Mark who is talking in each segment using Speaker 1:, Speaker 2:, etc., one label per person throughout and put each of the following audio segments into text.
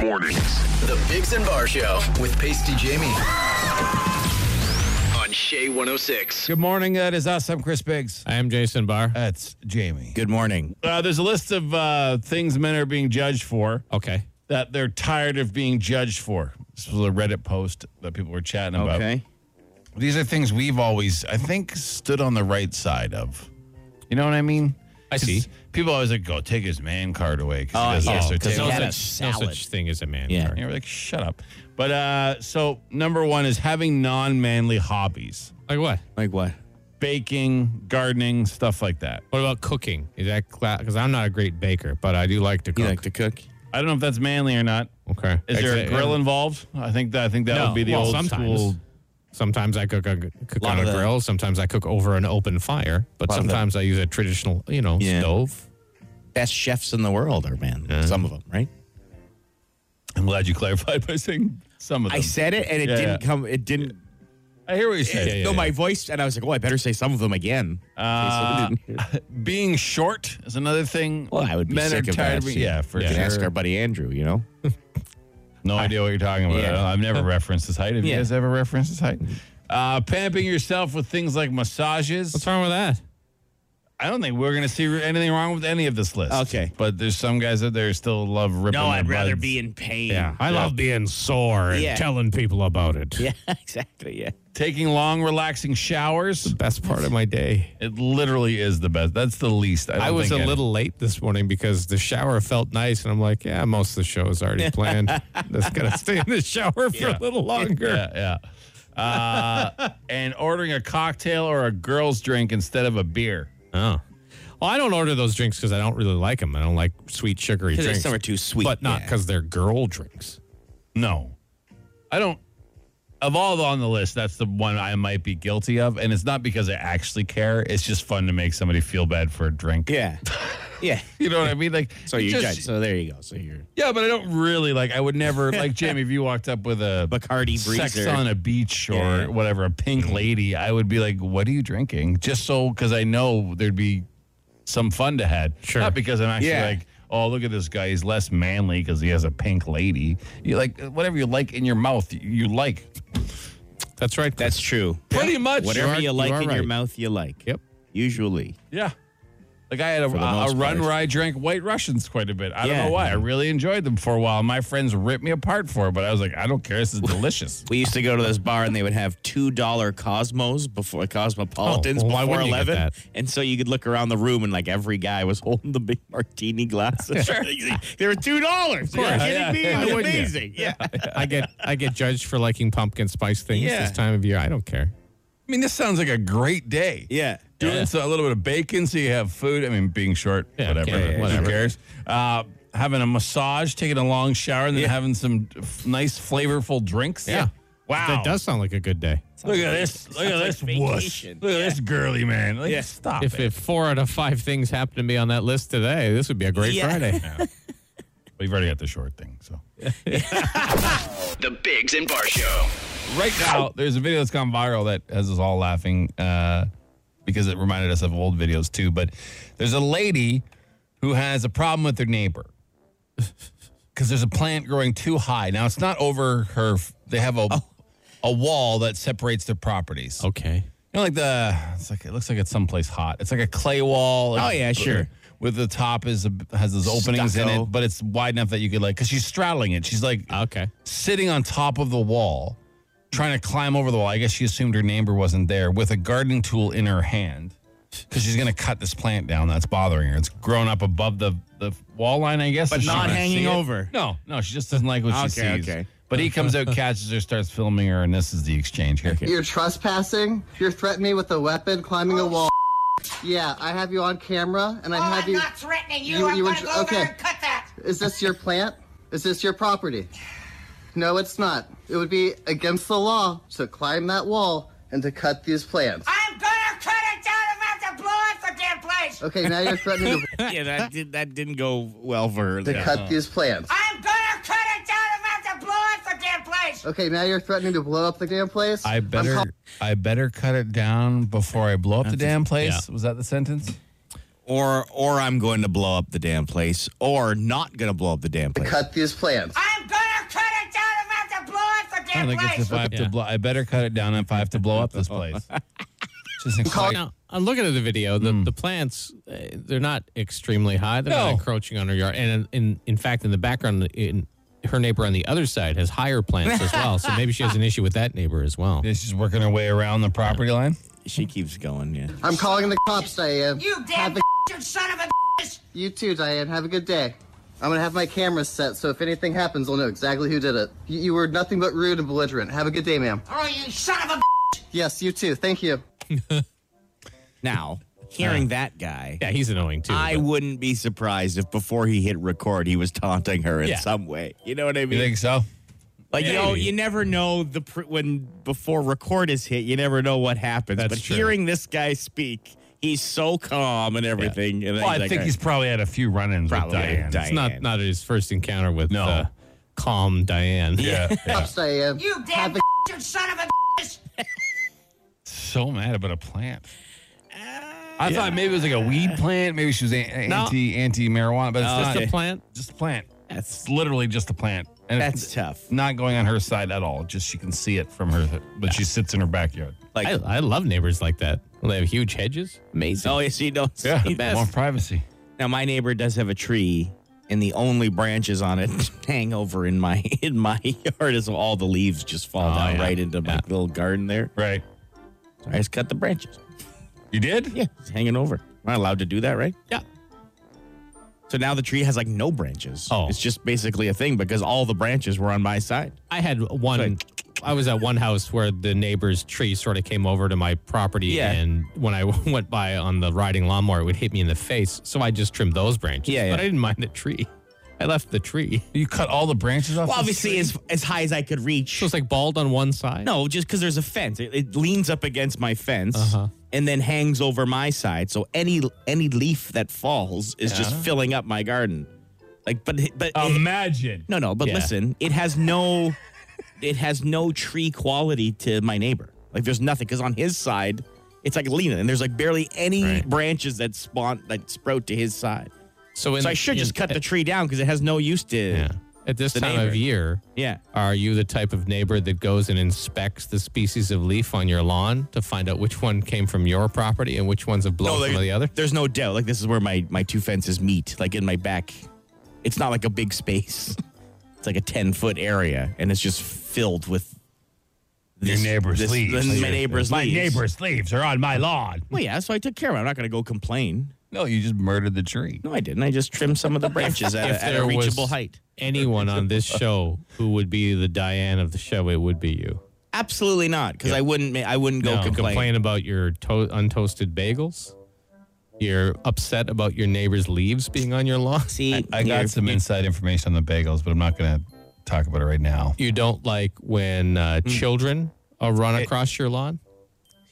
Speaker 1: Mornings.
Speaker 2: The Bigs and Bar Show with Pasty Jamie on Shea 106.
Speaker 3: Good morning. That is us. I'm Chris Biggs.
Speaker 4: I am Jason Barr.
Speaker 3: That's Jamie.
Speaker 4: Good morning.
Speaker 3: Uh, there's a list of uh, things men are being judged for
Speaker 4: Okay.
Speaker 3: that they're tired of being judged for. This was a Reddit post that people were chatting about. These are things we've always, I think, stood on the right side of. You know what I mean?
Speaker 4: I see.
Speaker 3: 'Cause People always like, go take his man card away. 'cause
Speaker 5: Oh,
Speaker 3: he does
Speaker 5: yeah.
Speaker 3: this or
Speaker 5: Because
Speaker 3: take-
Speaker 4: There's no
Speaker 5: had a
Speaker 4: such, no
Speaker 5: salad.
Speaker 4: such thing as a man.
Speaker 5: Yeah.
Speaker 3: And we're like, shut up. But uh, so number one is having non-manly hobbies.
Speaker 4: Like what?
Speaker 5: Like what?
Speaker 3: Baking, gardening, stuff like that.
Speaker 4: What about cooking? Is that because I'm not a great baker, but I do like to cook.
Speaker 5: You like to cook?
Speaker 3: I don't know if that's manly or not.
Speaker 4: okay.
Speaker 3: Is there a
Speaker 4: Exa-
Speaker 3: grill involved? I think that I think that
Speaker 4: No.
Speaker 3: would be the
Speaker 4: Well,
Speaker 3: old
Speaker 4: sometimes.
Speaker 3: school.
Speaker 4: Sometimes I cook on, cook on
Speaker 5: Lot of
Speaker 4: a
Speaker 5: the-
Speaker 4: grill. Sometimes I cook over an open fire. But
Speaker 5: Lot of the-
Speaker 4: sometimes I use a traditional, you know,
Speaker 5: Yeah.
Speaker 4: stove.
Speaker 5: Best chefs in the world are men. Some of them, right?
Speaker 3: I'm glad you clarified by saying some of them.
Speaker 5: I said it, and it
Speaker 3: Yeah,
Speaker 5: didn't
Speaker 3: yeah.
Speaker 5: come. It didn't.
Speaker 3: I hear what you said.
Speaker 4: Yeah, yeah,
Speaker 5: no,
Speaker 4: yeah.
Speaker 5: my voice, and I was like, "Oh, I better say some of them again." Uh,
Speaker 3: Being short is another thing.
Speaker 5: well, I would be
Speaker 3: Men
Speaker 5: sick
Speaker 3: are
Speaker 5: of
Speaker 3: tired
Speaker 5: that.
Speaker 3: of being-
Speaker 5: shit.
Speaker 3: yeah, for
Speaker 5: You can
Speaker 3: sure.
Speaker 5: Ask our buddy Andrew. You know,
Speaker 3: No idea what you're talking about.
Speaker 5: Yeah.
Speaker 3: I've never referenced this height. Have you
Speaker 5: Yeah.
Speaker 3: guys ever referenced this height? Uh, pamping yourself with things like massages.
Speaker 4: What's wrong with that?
Speaker 3: I don't think we're going to see anything wrong with any of this list.
Speaker 5: Okay.
Speaker 3: But there's some guys out there still love ripping their buds.
Speaker 5: in pain.
Speaker 4: Yeah. I love being sore and
Speaker 5: Yeah.
Speaker 4: telling people about it.
Speaker 5: Yeah, exactly. Yeah.
Speaker 3: Taking long, relaxing showers.
Speaker 4: Best part of my day.
Speaker 3: It literally is the best. That's the least. I, don't
Speaker 4: I was
Speaker 3: think
Speaker 4: a
Speaker 3: any-
Speaker 4: little late this morning because the shower felt nice, and I'm like, yeah, most of the show is already planned. Just gotta stay in the shower for a little longer.
Speaker 3: Yeah, yeah. Uh, and ordering a cocktail or a girl's drink instead of a beer.
Speaker 4: Oh, well, I don't order those drinks because I don't really like them. I don't like sweet sugary
Speaker 5: 'Cause they
Speaker 4: drinks.
Speaker 5: some are too sweet,
Speaker 4: but not
Speaker 5: yeah.
Speaker 4: because they're girl drinks.
Speaker 3: No, I don't. Of all the- on the list, that's the one I might be guilty of, and it's not because I actually care. It's just fun to make somebody feel bad for a drink.
Speaker 5: Yeah. Yeah.
Speaker 3: You know what I mean? Like,
Speaker 5: So you
Speaker 3: just-
Speaker 5: judge. So there you go. So you're
Speaker 3: Yeah, but I don't really like. I would never like Jamie. If you walked up with a
Speaker 5: Bacardi
Speaker 3: sex
Speaker 5: Breezer.
Speaker 3: on a beach or
Speaker 5: Yeah. Mm-hmm.
Speaker 3: whatever, a pink lady, I would be like, "What are you drinking?" Just so because I know there'd be some fun to had.
Speaker 4: Sure.
Speaker 3: Not because I'm actually
Speaker 5: Yeah.
Speaker 3: like, "Oh, look at this guy. He's less manly because he has a pink lady." You like whatever you like in your mouth. You, you like
Speaker 4: That's right. Chris.
Speaker 5: That's true.
Speaker 3: pretty much
Speaker 5: Whatever
Speaker 4: are-
Speaker 5: you,
Speaker 4: you
Speaker 5: like
Speaker 4: are
Speaker 5: in your
Speaker 4: right.
Speaker 5: mouth, you like.
Speaker 4: Yep.
Speaker 5: Usually.
Speaker 3: Yeah. Like I had a,
Speaker 5: the
Speaker 3: a,
Speaker 5: most
Speaker 3: a run
Speaker 5: part.
Speaker 3: where I drank White Russians quite a bit. I
Speaker 5: Yeah.
Speaker 3: don't know why. I really enjoyed them for a while. My friends ripped me apart for it, but I was like, I don't care. This is delicious.
Speaker 5: We used to go to this bar and they would have two dollar Cosmos before Cosmopolitans
Speaker 4: Oh, well, why
Speaker 5: before
Speaker 4: wouldn't you get
Speaker 5: eleven,
Speaker 4: that?
Speaker 5: and so you could look around the room and like every guy was holding the big martini glasses. they were two dollars. You're
Speaker 3: course.
Speaker 5: kidding
Speaker 3: Yeah, yeah,
Speaker 5: me? It's
Speaker 4: yeah. Why wouldn't you?
Speaker 5: amazing. Yeah.
Speaker 4: I get I get judged for liking pumpkin spice things
Speaker 5: Yeah.
Speaker 4: this time of year. I don't care.
Speaker 3: I mean, this sounds like a great day.
Speaker 5: Yeah.
Speaker 3: Doing so- a little bit of bacon so you have food. I mean, being short,
Speaker 4: Yeah,
Speaker 3: whatever.
Speaker 4: okay, yeah,
Speaker 3: Who
Speaker 4: whatever.
Speaker 3: cares? Uh, having a massage, taking a long shower, and then having some f- nice, flavorful drinks.
Speaker 4: Yeah.
Speaker 3: Wow.
Speaker 4: That does sound like a good day.
Speaker 3: Look at this. Look at this
Speaker 5: like
Speaker 3: wuss.
Speaker 5: vacation.
Speaker 3: Look at this girly man. Like,
Speaker 5: Yeah.
Speaker 3: Stop
Speaker 4: If,
Speaker 3: it.
Speaker 4: if four out of five things happen to be on that list today, this would be a great
Speaker 5: Yeah.
Speaker 4: Friday.
Speaker 3: We've already got the short thing, so.
Speaker 2: The Bigs and Bar Show.
Speaker 3: right now there's a video that's gone viral that has us all laughing uh, because it reminded us of old videos too but there's a lady who has a problem with her neighbor because there's a plant growing too high now it's not over her they have a
Speaker 5: Oh.
Speaker 3: a wall that separates their properties
Speaker 4: Okay.
Speaker 3: you know, like the it's like it looks like it's someplace hot. It's like a clay wall.
Speaker 5: Oh, yeah, sure.
Speaker 3: With the top is a, has those openings in
Speaker 5: Stucco.
Speaker 3: it, but it's wide enough that you could like because she's straddling it. She's like
Speaker 4: Okay.
Speaker 3: sitting on top of the wall, trying to climb over the wall. I guess she assumed her neighbor wasn't there with a gardening tool in her hand because she's going to cut this plant down that's bothering her. It's grown up above the, the wall line, I guess.
Speaker 5: But
Speaker 3: so she
Speaker 5: not
Speaker 3: can't
Speaker 5: hanging
Speaker 3: see it.
Speaker 5: over.
Speaker 3: No, no, she just doesn't like what she
Speaker 5: Okay,
Speaker 3: sees.
Speaker 5: okay.
Speaker 3: But he comes out, catches her, starts filming her, and this is the exchange here.
Speaker 6: You're trespassing. You're threatening me with a weapon, climbing a wall. Yeah, I have you on camera, and I
Speaker 7: Oh,
Speaker 6: have
Speaker 7: I'm
Speaker 6: you.
Speaker 7: not threatening you.
Speaker 6: you-
Speaker 7: I'm
Speaker 6: you
Speaker 7: going
Speaker 6: intr-
Speaker 7: to go
Speaker 6: okay.
Speaker 7: over and cut that.
Speaker 6: Is this your plant? Is this your property? No, it's not. It would be against the law to climb that wall and to cut these plants.
Speaker 7: I'm going to cut it down. I'm going to have to blow up the damn place.
Speaker 6: Okay, now you're threatening to,
Speaker 5: yeah, that did that didn't go well for her.
Speaker 6: to
Speaker 5: there.
Speaker 6: cut these plants.
Speaker 7: I'm going to cut it down. I'm going to have to blow up the damn place.
Speaker 6: Okay, now you're threatening to blow up the damn place.
Speaker 3: I
Speaker 6: I'm
Speaker 3: better,
Speaker 6: call-
Speaker 3: I better cut it down before I blow up the damn place.
Speaker 4: yeah.
Speaker 3: Was that the sentence?
Speaker 5: Or or I'm going to blow up the damn place, or not going to blow up the damn place.
Speaker 6: cut these plants.
Speaker 7: I'm going
Speaker 3: I
Speaker 7: damn
Speaker 3: think it's
Speaker 7: place.
Speaker 3: if I have to
Speaker 4: Yeah.
Speaker 3: blow, I better cut it down if I have to blow up this place. Just
Speaker 4: Now,
Speaker 3: inclined.
Speaker 4: I'm looking at the video.
Speaker 5: Hmm.
Speaker 4: The, the plants, uh, they're not extremely high. They're
Speaker 3: No.
Speaker 4: not encroaching on her yard. And in, in, in fact, in the background, in, her neighbor on the other side has higher plants as well. So maybe she has an issue with that neighbor as well.
Speaker 3: It's just working her way around the property line.
Speaker 5: She keeps going, yeah.
Speaker 6: I'm calling the cops, Diane.
Speaker 7: You
Speaker 6: Have
Speaker 7: damn
Speaker 6: a-
Speaker 7: you son of a bitch.
Speaker 6: you too, Diane. Have a good day. I'm gonna have my camera set, so if anything happens, I'll know exactly who did it. You, you were nothing but rude and belligerent. Have a good day, ma'am.
Speaker 7: Oh, you son of a
Speaker 6: Yes, you too. Thank you.
Speaker 5: Now, hearing that guy,
Speaker 4: Yeah, he's annoying too.
Speaker 5: I
Speaker 4: but-
Speaker 5: wouldn't be surprised if before he hit record, he was taunting her in
Speaker 4: Yeah.
Speaker 5: some way. You know what I
Speaker 3: You
Speaker 5: mean?
Speaker 3: think so?
Speaker 5: Like you know,
Speaker 4: Maybe.
Speaker 5: you never know the pr- when before record is hit, you never know what happens.
Speaker 4: That's
Speaker 5: but
Speaker 4: true.
Speaker 5: hearing this guy speak, he's so calm and everything. And
Speaker 3: Well, I think he's probably had a few run-ins with
Speaker 5: Probably.
Speaker 3: Diane.
Speaker 5: Diane.
Speaker 4: it's not, not his first encounter with uh, calm Diane.
Speaker 3: Yeah.
Speaker 6: Cops, Diane.
Speaker 7: you damn
Speaker 6: Have a-
Speaker 7: you son of a bitch.
Speaker 3: so mad about a plant.
Speaker 5: "Ah,
Speaker 3: I thought maybe it was like a weed plant. Maybe she was an- anti anti marijuana, but it's
Speaker 5: No,
Speaker 3: not.
Speaker 5: okay.
Speaker 4: The plant.
Speaker 3: Just a plant.
Speaker 5: that's
Speaker 3: It's literally just a plant. And it's
Speaker 5: that's tough.
Speaker 3: Not going on her side at all. Just she can see it from her, but she sits in her backyard.
Speaker 5: Like
Speaker 4: I, I love neighbors like that. Well, they have huge hedges. Amazing.
Speaker 5: oh, you see, no, see,
Speaker 3: more privacy.
Speaker 5: Now my neighbor does have a tree, and the only branches on it hang over in my in my yard, is all the leaves just fall
Speaker 4: Oh,
Speaker 5: down
Speaker 4: yeah.
Speaker 5: right into my
Speaker 4: Yeah.
Speaker 5: little garden there.
Speaker 3: Right.
Speaker 5: So I just cut the branches.
Speaker 3: You did?
Speaker 5: Yeah, it's hanging over. Am I allowed to do that, right?
Speaker 4: Yeah.
Speaker 5: So now the tree has like no branches.
Speaker 4: Oh.
Speaker 5: It's just basically a thing because all the branches were on my side.
Speaker 4: I had one. I was at one house where the neighbor's tree sort of came over to my property,
Speaker 5: Yeah.
Speaker 4: and when I went by on the riding lawnmower, it would hit me in the face. So I just trimmed those branches.
Speaker 5: Yeah, yeah.
Speaker 4: but I didn't mind the tree. I left the tree.
Speaker 3: You cut all the branches off.
Speaker 5: Well,
Speaker 3: this
Speaker 5: obviously,
Speaker 3: tree?
Speaker 5: as, as high as I could reach.
Speaker 4: So it's like bald on one side.
Speaker 5: No, just because there's a fence. It, it leans up against my fence
Speaker 4: Uh-huh.
Speaker 5: and then hangs over my side. So any any leaf that falls is just filling up my garden. Like, but but it-
Speaker 3: imagine.
Speaker 5: no, no. But
Speaker 4: Yeah.
Speaker 5: listen, it has no it has no tree quality to my neighbor. Like, there's nothing because on his side, it's like leaning, and there's like barely any
Speaker 4: Right.
Speaker 5: branches that spawn that sprout to his side.
Speaker 4: So, in,
Speaker 5: So I should
Speaker 4: in-
Speaker 5: just cut the tree down because it has no use to.
Speaker 4: Yeah. At this
Speaker 5: the
Speaker 4: time
Speaker 5: neighbor.
Speaker 4: of year,
Speaker 5: yeah.
Speaker 4: are you the type of neighbor that goes and inspects the species of leaf on your lawn to find out which one came from your property and which one's a blow
Speaker 5: there-
Speaker 4: from the other?
Speaker 5: There's no doubt. Like this is where my my two fences meet. Like in my back, it's not like a big space. It's like a ten foot area, and it's just filled with this-
Speaker 3: Your neighbor's
Speaker 5: this-
Speaker 3: leaves.
Speaker 5: this- My neighbor's
Speaker 3: My
Speaker 5: leaves.
Speaker 3: neighbor's leaves are on my lawn.
Speaker 5: Well, yeah. So I took care of. it. I'm not going to go complain.
Speaker 3: No, you just murdered the tree.
Speaker 5: No, I didn't. I just trimmed some of the branches at, a, at a
Speaker 4: there was-
Speaker 5: reachable height.
Speaker 4: Anyone on this show who would be the Diane of the show, it would be you.
Speaker 5: Absolutely not, because I wouldn't. ma- I wouldn't go
Speaker 4: No,
Speaker 5: complain.
Speaker 4: about your to- untoasted bagels. You're upset about your neighbor's leaves being on your lawn.
Speaker 5: See,
Speaker 3: I
Speaker 5: you're-
Speaker 3: got some inside information on the bagels, but I'm not going to talk about it right now.
Speaker 4: You don't like when uh, children uh, run across your lawn.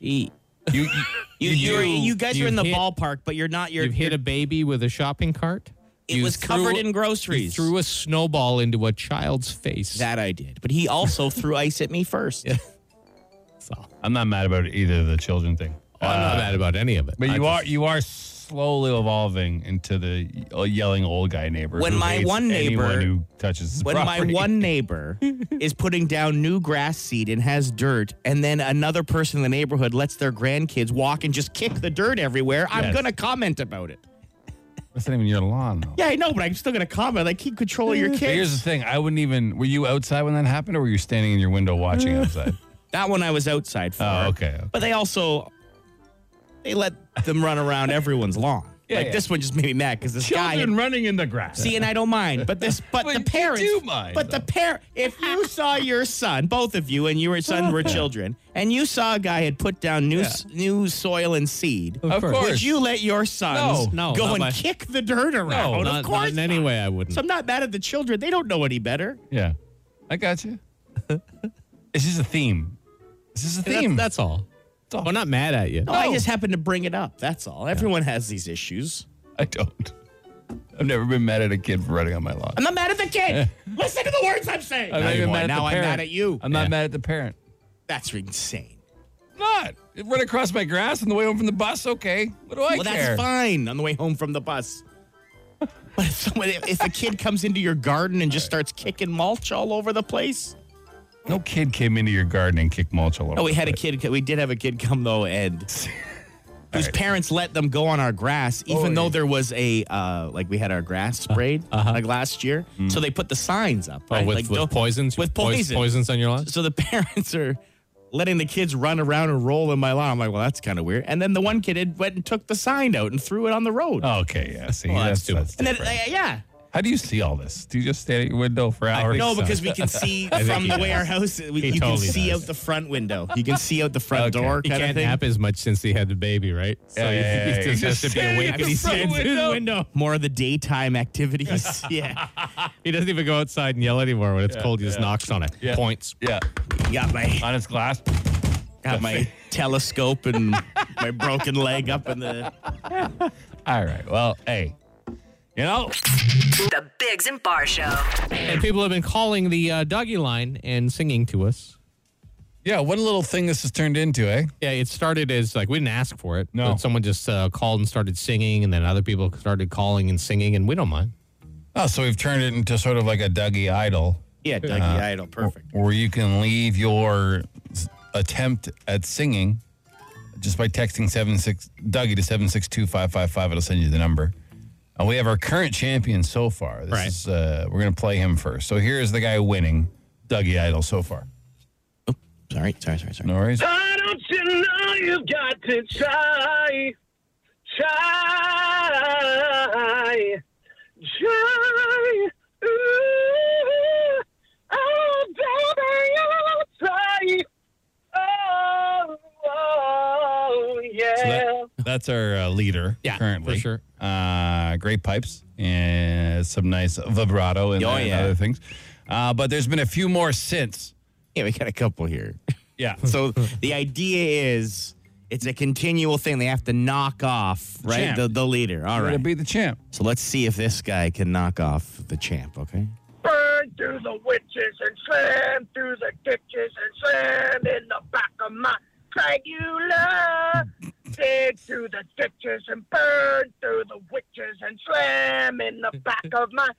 Speaker 5: see,
Speaker 3: You, you,
Speaker 5: you,
Speaker 4: You-
Speaker 5: you, you guys
Speaker 4: you
Speaker 5: are in the
Speaker 4: hit-
Speaker 5: ballpark, but you're not. You're,
Speaker 4: You've hit a baby with a shopping cart.
Speaker 5: It
Speaker 4: You
Speaker 5: was
Speaker 4: threw-
Speaker 5: covered in
Speaker 4: You
Speaker 5: groceries.
Speaker 4: threw a snowball into a child's face.
Speaker 5: That I did. But he also threw ice at me first.
Speaker 4: That's all.
Speaker 3: I'm not mad about either of the children thing.
Speaker 4: Oh,
Speaker 3: Uh,
Speaker 4: I'm not mad about any of it.
Speaker 3: But
Speaker 4: I
Speaker 3: you
Speaker 4: just-
Speaker 3: are you are slowly evolving into the yelling old guy neighbor.
Speaker 5: When
Speaker 3: who
Speaker 5: my
Speaker 3: hates
Speaker 5: one
Speaker 3: anyone
Speaker 5: neighbor-
Speaker 3: who touches his
Speaker 5: When
Speaker 3: property.
Speaker 5: my one neighbor is putting down new grass seed and has dirt, and then another person in the neighborhood lets their grandkids walk and just kick the dirt everywhere, I'm
Speaker 3: Yes.
Speaker 5: going to comment about it.
Speaker 3: That's not even your lawn. Though.
Speaker 5: Yeah, I know, but I'm still going to comment. Like, keep control of your
Speaker 3: But here's
Speaker 5: kids.
Speaker 3: the thing: I wouldn't even. Were you outside when that happened, or were you standing in your window watching outside?
Speaker 5: That one I was outside for.
Speaker 3: Oh, okay, okay.
Speaker 5: But they also, they let them run around everyone's lawn.
Speaker 3: Yeah,
Speaker 5: like,
Speaker 3: yeah.
Speaker 5: this one just made me mad because this guy had
Speaker 3: running in the grass.
Speaker 5: See, and I don't mind, but this, but,
Speaker 3: But
Speaker 5: the
Speaker 3: you
Speaker 5: parents,
Speaker 3: do mind,
Speaker 5: but the
Speaker 3: though.
Speaker 5: parent. If you saw your son, both of you and your son were children, and you saw a guy had put down new s new soil and seed,
Speaker 3: of
Speaker 4: course.
Speaker 3: course.
Speaker 5: would you let your sons
Speaker 4: No, no,
Speaker 5: go
Speaker 4: not
Speaker 5: and
Speaker 4: my-
Speaker 5: kick the dirt around?
Speaker 4: no, not,
Speaker 5: of course,
Speaker 4: not in any
Speaker 5: not.
Speaker 4: way I wouldn't.
Speaker 5: So I'm not mad at the children; they don't know any better.
Speaker 3: Yeah, I got you. this is a theme. This is a
Speaker 4: That's-
Speaker 3: theme.
Speaker 4: That's, all.
Speaker 3: all.
Speaker 4: I'm not mad at you.
Speaker 5: No, I just happened to bring it up. That's all. Everyone has these issues.
Speaker 3: I don't. I've never been mad at a kid for running on my lawn.
Speaker 5: I'm not mad at the kid. Listen to the words I'm saying.
Speaker 3: I'm not even
Speaker 5: you
Speaker 3: mad at
Speaker 5: are.
Speaker 3: the
Speaker 5: now I'm
Speaker 3: parent.
Speaker 5: mad at you.
Speaker 3: I'm not mad at the parent.
Speaker 5: That's insane.
Speaker 3: Not it run across my grass on the way home from the bus. Okay, what do I
Speaker 5: well,
Speaker 3: care?
Speaker 5: that's fine on the way home from the bus. But if, someone, if if a kid comes into your garden and just starts kicking mulch all over the place,
Speaker 3: No kid came into your garden and kicked mulch all over.
Speaker 5: No, we Oh, had a
Speaker 3: the place.
Speaker 5: kid. We did have a kid come though, and whose
Speaker 3: right.
Speaker 5: parents let them go on our grass, even
Speaker 3: Oh,
Speaker 5: though
Speaker 3: yeah.
Speaker 5: there was a uh, like we had our grass
Speaker 3: Uh-huh.
Speaker 5: sprayed like last year.
Speaker 3: Mm.
Speaker 5: So they put the signs up, right?
Speaker 4: Oh, with,
Speaker 5: like,
Speaker 4: with
Speaker 5: no-
Speaker 4: poisons?
Speaker 5: with
Speaker 4: Pois-
Speaker 5: poison.
Speaker 4: Poisons on your lawn?
Speaker 5: So the parents are letting the kids run around and roll in my lawn. I'm like, well, that's kind of weird. And then the one kid had went and took the sign out and threw it on the road.
Speaker 4: Oh.
Speaker 3: Okay, yeah. See,
Speaker 5: Well,
Speaker 3: that's,
Speaker 5: that's
Speaker 3: that's
Speaker 5: and then,
Speaker 3: different.
Speaker 5: uh, yeah.
Speaker 3: How do you see all this? Do you just stand at your window for hours?
Speaker 5: No, because we can see
Speaker 4: think
Speaker 5: from
Speaker 4: he
Speaker 5: the way
Speaker 4: does.
Speaker 5: our house is. We,
Speaker 4: He
Speaker 5: you
Speaker 4: totally
Speaker 5: can see
Speaker 4: does.
Speaker 5: out the front window. You can see out the front
Speaker 3: Okay.
Speaker 5: door
Speaker 4: He
Speaker 5: kind of
Speaker 4: can't
Speaker 5: thing.
Speaker 4: nap as much since he had the baby, right? So
Speaker 3: Yeah,
Speaker 4: he-
Speaker 3: yeah, yeah,
Speaker 4: he,
Speaker 3: yeah.
Speaker 4: just has to be
Speaker 3: Just
Speaker 4: awake
Speaker 3: stand
Speaker 4: and he
Speaker 3: at the front
Speaker 4: stands in
Speaker 3: window.
Speaker 4: the window.
Speaker 5: More of the daytime activities. yeah.
Speaker 4: He doesn't even go outside and yell anymore when it's cold. He just knocks on it.
Speaker 3: Yeah.
Speaker 4: Points.
Speaker 3: Yeah,
Speaker 5: Got my
Speaker 3: on his glass.
Speaker 5: got my telescope and my broken leg up in the
Speaker 3: All right. Well, hey, you know,
Speaker 1: The Bigs and Bar Show.
Speaker 4: And people have been calling the uh, doggy line and singing to us.
Speaker 3: yeah, what a little thing this has turned into, eh?
Speaker 4: Yeah, it started as like we didn't ask for it.
Speaker 3: No.
Speaker 4: But someone just uh, called and started singing, and then other people started calling and singing, and we don't mind.
Speaker 3: Oh, so we've turned it into sort of like a Dougie Idol,
Speaker 5: Yeah, Dougie
Speaker 4: Uh-huh.
Speaker 5: Idol. Perfect.
Speaker 3: where you can leave your s- attempt at singing just by texting seven six Dougie to seven six two five five five. It'll send you the number. And we have our current champion so far. This
Speaker 4: Right.
Speaker 3: is uh, we're gonna play him first. So here's the guy winning Dougie Idol so far.
Speaker 5: Sorry, sorry, sorry, sorry.
Speaker 3: No worries.
Speaker 8: Why don't you know you've got to try, try, try? Ooh, oh, baby, oh, try. Oh, oh, yeah.
Speaker 3: So that- that's our uh, leader
Speaker 4: Yeah,
Speaker 3: currently.
Speaker 4: for sure.
Speaker 3: Uh, great pipes and some nice vibrato and,
Speaker 5: Oh,
Speaker 3: and
Speaker 5: yeah.
Speaker 3: other things. Uh, but there's been a few more since.
Speaker 5: Yeah, we got a couple here.
Speaker 3: Yeah.
Speaker 5: So the idea is it's a continual thing. They have to knock off, right?
Speaker 3: Champ.
Speaker 5: The, the leader. All
Speaker 3: To
Speaker 5: right.
Speaker 3: be the champ.
Speaker 5: So let's see if this guy can knock off the champ, okay?
Speaker 8: Burn through the witches and slam through the ditches and slam in the back of my Dracula. Dig through the ditches and burn through the witches and slam in the back of my